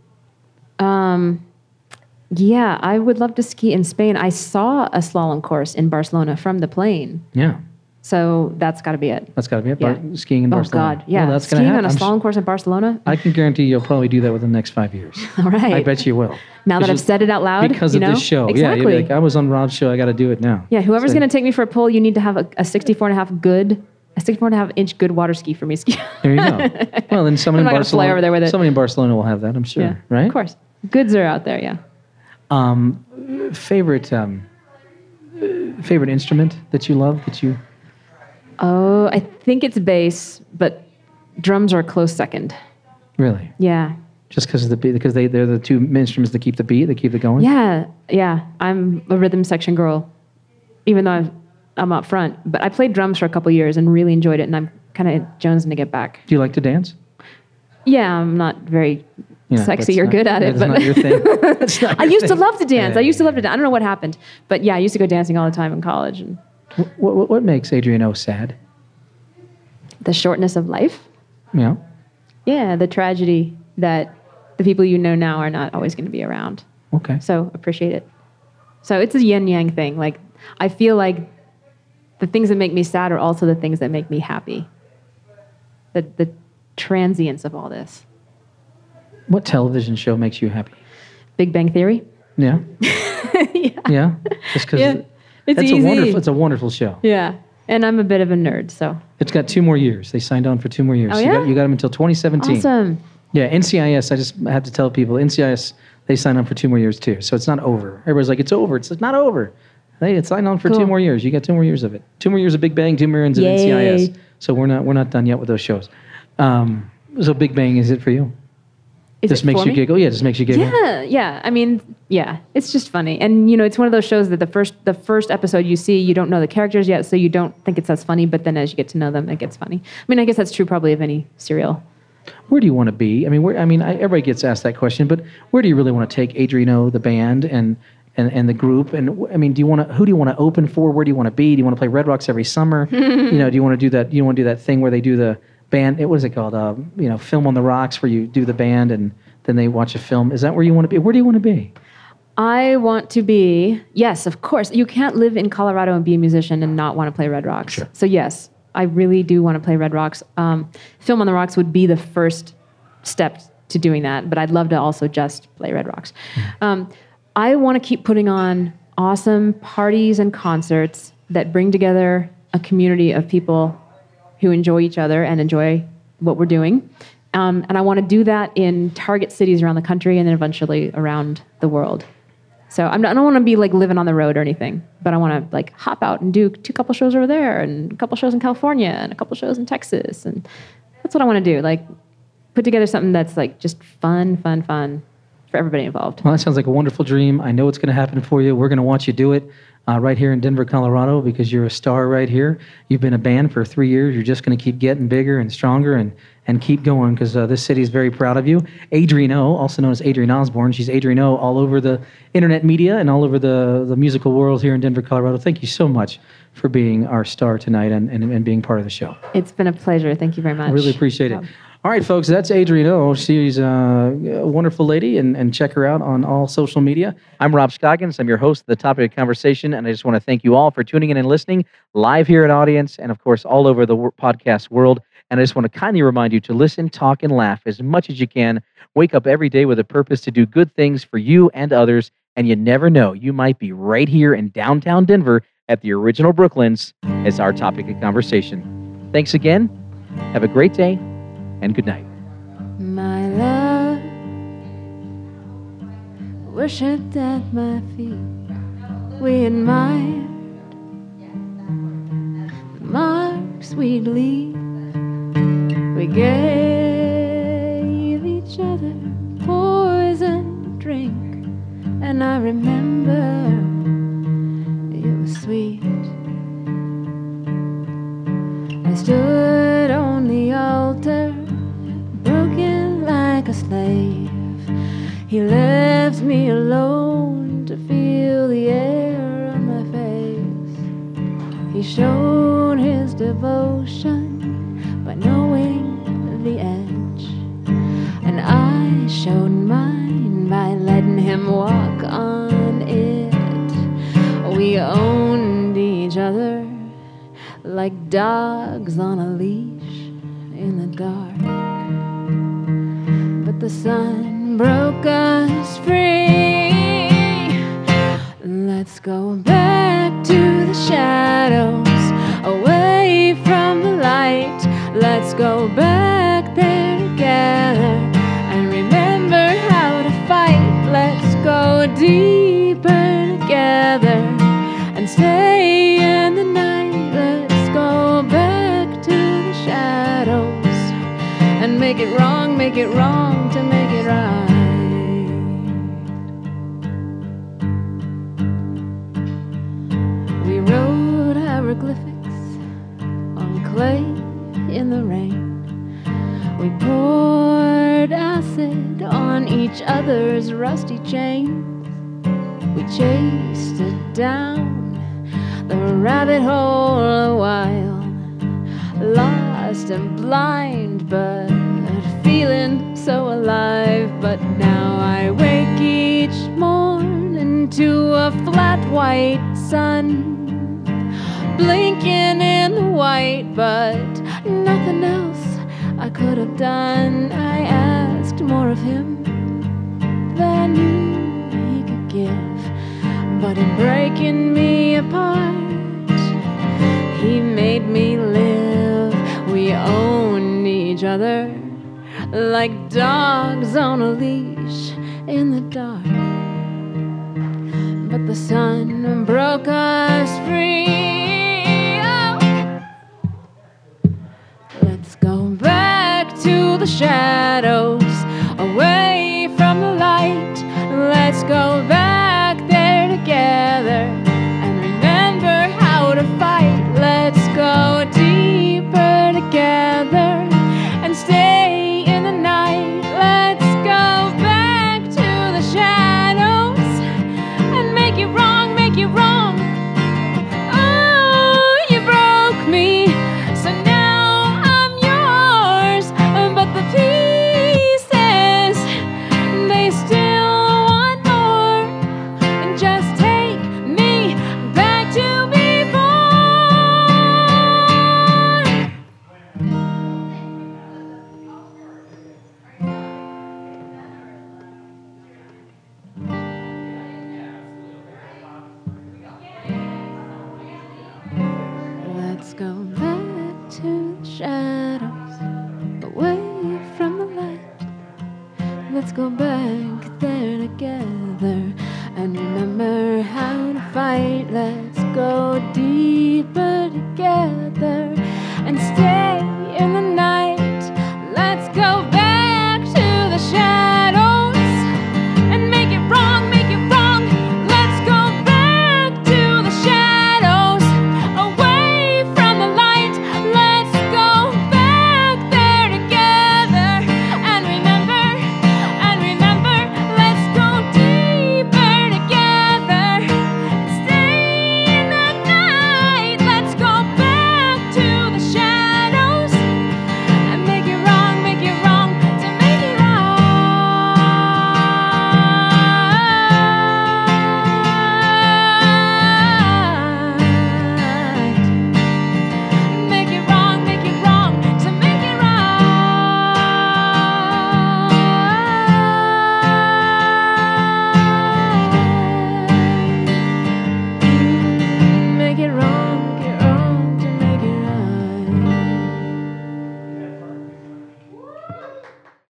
Yeah, I would love to ski in Spain. I saw a slalom course in Barcelona from the plane.
Yeah.
So that's got to be it.
That's got to be it.
Yeah.
Bar- Skiing in
oh
Barcelona.
God, yeah.
Well, that's gonna
Skiing
happen.
on a
I'm s-
slalom course in Barcelona.
I can guarantee you'll probably do that within the next five years.
All right.
I bet you will.
Now
It's
that I've
just
said it out loud,
because
you
of
know?
this show. Yeah,
Exactly.
you'll be like, "Oh, I was on Rob's show. I got to do it now.
Yeah, whoever's
So-
going to take me for a pull, you need to have a, a 64 and a half good, a 64 and a half inch good water ski for me ski.
There you go. Well, then someone
I'm
in
not gonna fly
Barcelona.
over there with it.
Somebody in Barcelona will have that. I'm sure.
yeah,
Right.
Of course. Goods are out there, yeah.
Um, favorite um, uh, favorite instrument that you love that you
Oh, I think it's bass, but drums are a close second.
really
Yeah.
just because of the beat because they they're the two instruments that keep the beat that keep it going.
Yeah, yeah. I'm a rhythm section girl, even though I've, I'm up front. But I played drums for a couple years and really enjoyed it, and I'm kind of jonesing to get back.
Do you like to dance?
Yeah, I'm not very
Yeah,
sexy
that's
or
not-
good at
yeah,
it,
that's
but
not your thing. That's not
I
your
used to
thing.
love to dance. I
Yeah,
used to
yeah,
love to dance. I don't know what happened, but yeah, I used to go dancing all the time in college. And
yeah. What, what, what makes Adrian O sad?
the shortness of life,
Yeah.
yeah, the tragedy that the people you know now are not always going to be around.
Okay.
So appreciate it. So it's a yin yang thing. Like I feel like the things that make me sad are also the things that make me happy. The the transience of all this.
What television show makes you happy?
Big Bang Theory.
Yeah.
yeah.
Yeah. Just because.
Yeah. It's
that's
easy.
a wonderful. It's a wonderful show.
yeah. And I'm a bit of a nerd, so
It's got two more years. They signed on for two more years.
Oh,
you,
yeah?
got, you got them until 2017.
awesome.
Yeah, NCIS. I just have to tell people NCIS they sign on for two more years too, so it's not over. Everybody's like, it's over. It's not over. Hey, it's signed on for two
Cool.
more years. You got two more years of it. Two more years of Big Bang. Two more years of
Yay.
NCIS. So we're not we're not done yet with those shows. Um, so Big Bang is it for you?
Is
This
it
makes
for
you
me?
giggle. Yeah, this makes you giggle.
Yeah, yeah. I mean, yeah. It's just funny, and you know, it's one of those shows that the first the first episode you see, you don't know the characters yet, so you don't think it's as funny. But then as you get to know them, it gets funny. I mean, I guess that's true probably of any serial.
Where do you want to be? I mean, where I mean, I, everybody gets asked that question, but where do you really want to take Adriano, the band, and and, and the group? And wh- I mean, do you want to? Who do you want to open for? Where do you want to be? Do you want to play Red Rocks every summer? you know, do you want to do that? You want to do that thing where they do the band? It, what is it called? Uh, you know, film on the rocks, where you do the band and then they watch a film. Is that where you want to be? Where do you want to be?
I want to be yes, of course. You can't live in Colorado and be a musician and not want to play Red Rocks. So yes, I really do want to play Red Rocks. Um, Film on the Rocks would be the first step to doing that, but I'd love to also just play Red Rocks. Um, I want to keep putting on awesome parties and concerts that bring together a community of people who enjoy each other and enjoy what we're doing. Um, and I want to do that in target cities around the country and then eventually around the world. So I'm not, I don't want to be like living on the road or anything, but I want to like hop out and do two couple shows over there and a couple shows in California and a couple shows in Texas. And that's what I want to do. Like put together something that's like just fun, fun, fun for everybody involved.
Well, that sounds like a wonderful dream. I know it's going to happen for you. We're going to watch you do it uh, right here in Denver, Colorado, because you're a star right here. You've been a band for three years. You're just going to keep getting bigger and stronger and, and keep going because uh, this city is very proud of you. Adrienne O, also known as Adrienne Osborne, she's Adrienne O all over the internet media and all over the, the musical world here in Denver, Colorado. Thank you so much for being our star tonight and, and, and being part of the show.
It's been a pleasure. Thank you very much.
Really appreciate it. All right, folks, that's Adrienne O. She's uh, a wonderful lady, and, and check her out on all social media. I'm Rob Scoggins. I'm your host of The Topic of Conversation, and I just want to thank you all for tuning in and listening live here in audience and, of course, all over the wor- podcast world. And I just want to kindly remind you to listen, talk, and laugh as much as you can. Wake up every day with a purpose to do good things for you and others. And you never know, you might be right here in downtown Denver at the original Brooklands as our topic of conversation. Thanks again. Have a great day and good night.
My love, worshipped at my feet, we admired the marks we leave. We gave each other poison drink, and I remember it was sweet. I stood on the altar broken like a slave. He left me alone to feel the air on my face. He showed his devotion by knowing the edge, and I showed mine by letting him walk on it. We owned each other. Like
like dogs on a leash in the dark. But the sun broke us free. Let's go back to the shadows, away from the light. Let's go back there together and remember how to fight. Let's go deeper together and stay in the night. Let's go back to the shadows and make it wrong, make it wrong to make it right. We wrote hieroglyphics on clay in the rain. We poured acid on each other's rusty chains. We chased it down the rabbit hole a while, lost and blind, but feeling so alive. But now I wake each morning to a flat white sun blinking in the white, but nothing else I could have done. I asked more of him than I knew he could give, but in breaking me apart, he made me live. We own each other like dogs on a leash in the dark. But the sun broke us free. Oh. Let's go back to the shadows, away from the light. Let's go back there together and remember how to fight. Let's go deeper together and stay in the night. Let's go back to the shadows and make it wrong, make it wrong. Oh, you broke me, so now I'm yours. But the pieces, they still want more. And just take me back to before. Let's go back to the shadows, away from the light. Let's go back there together and remember how to fight. Let's go deeper together and stay.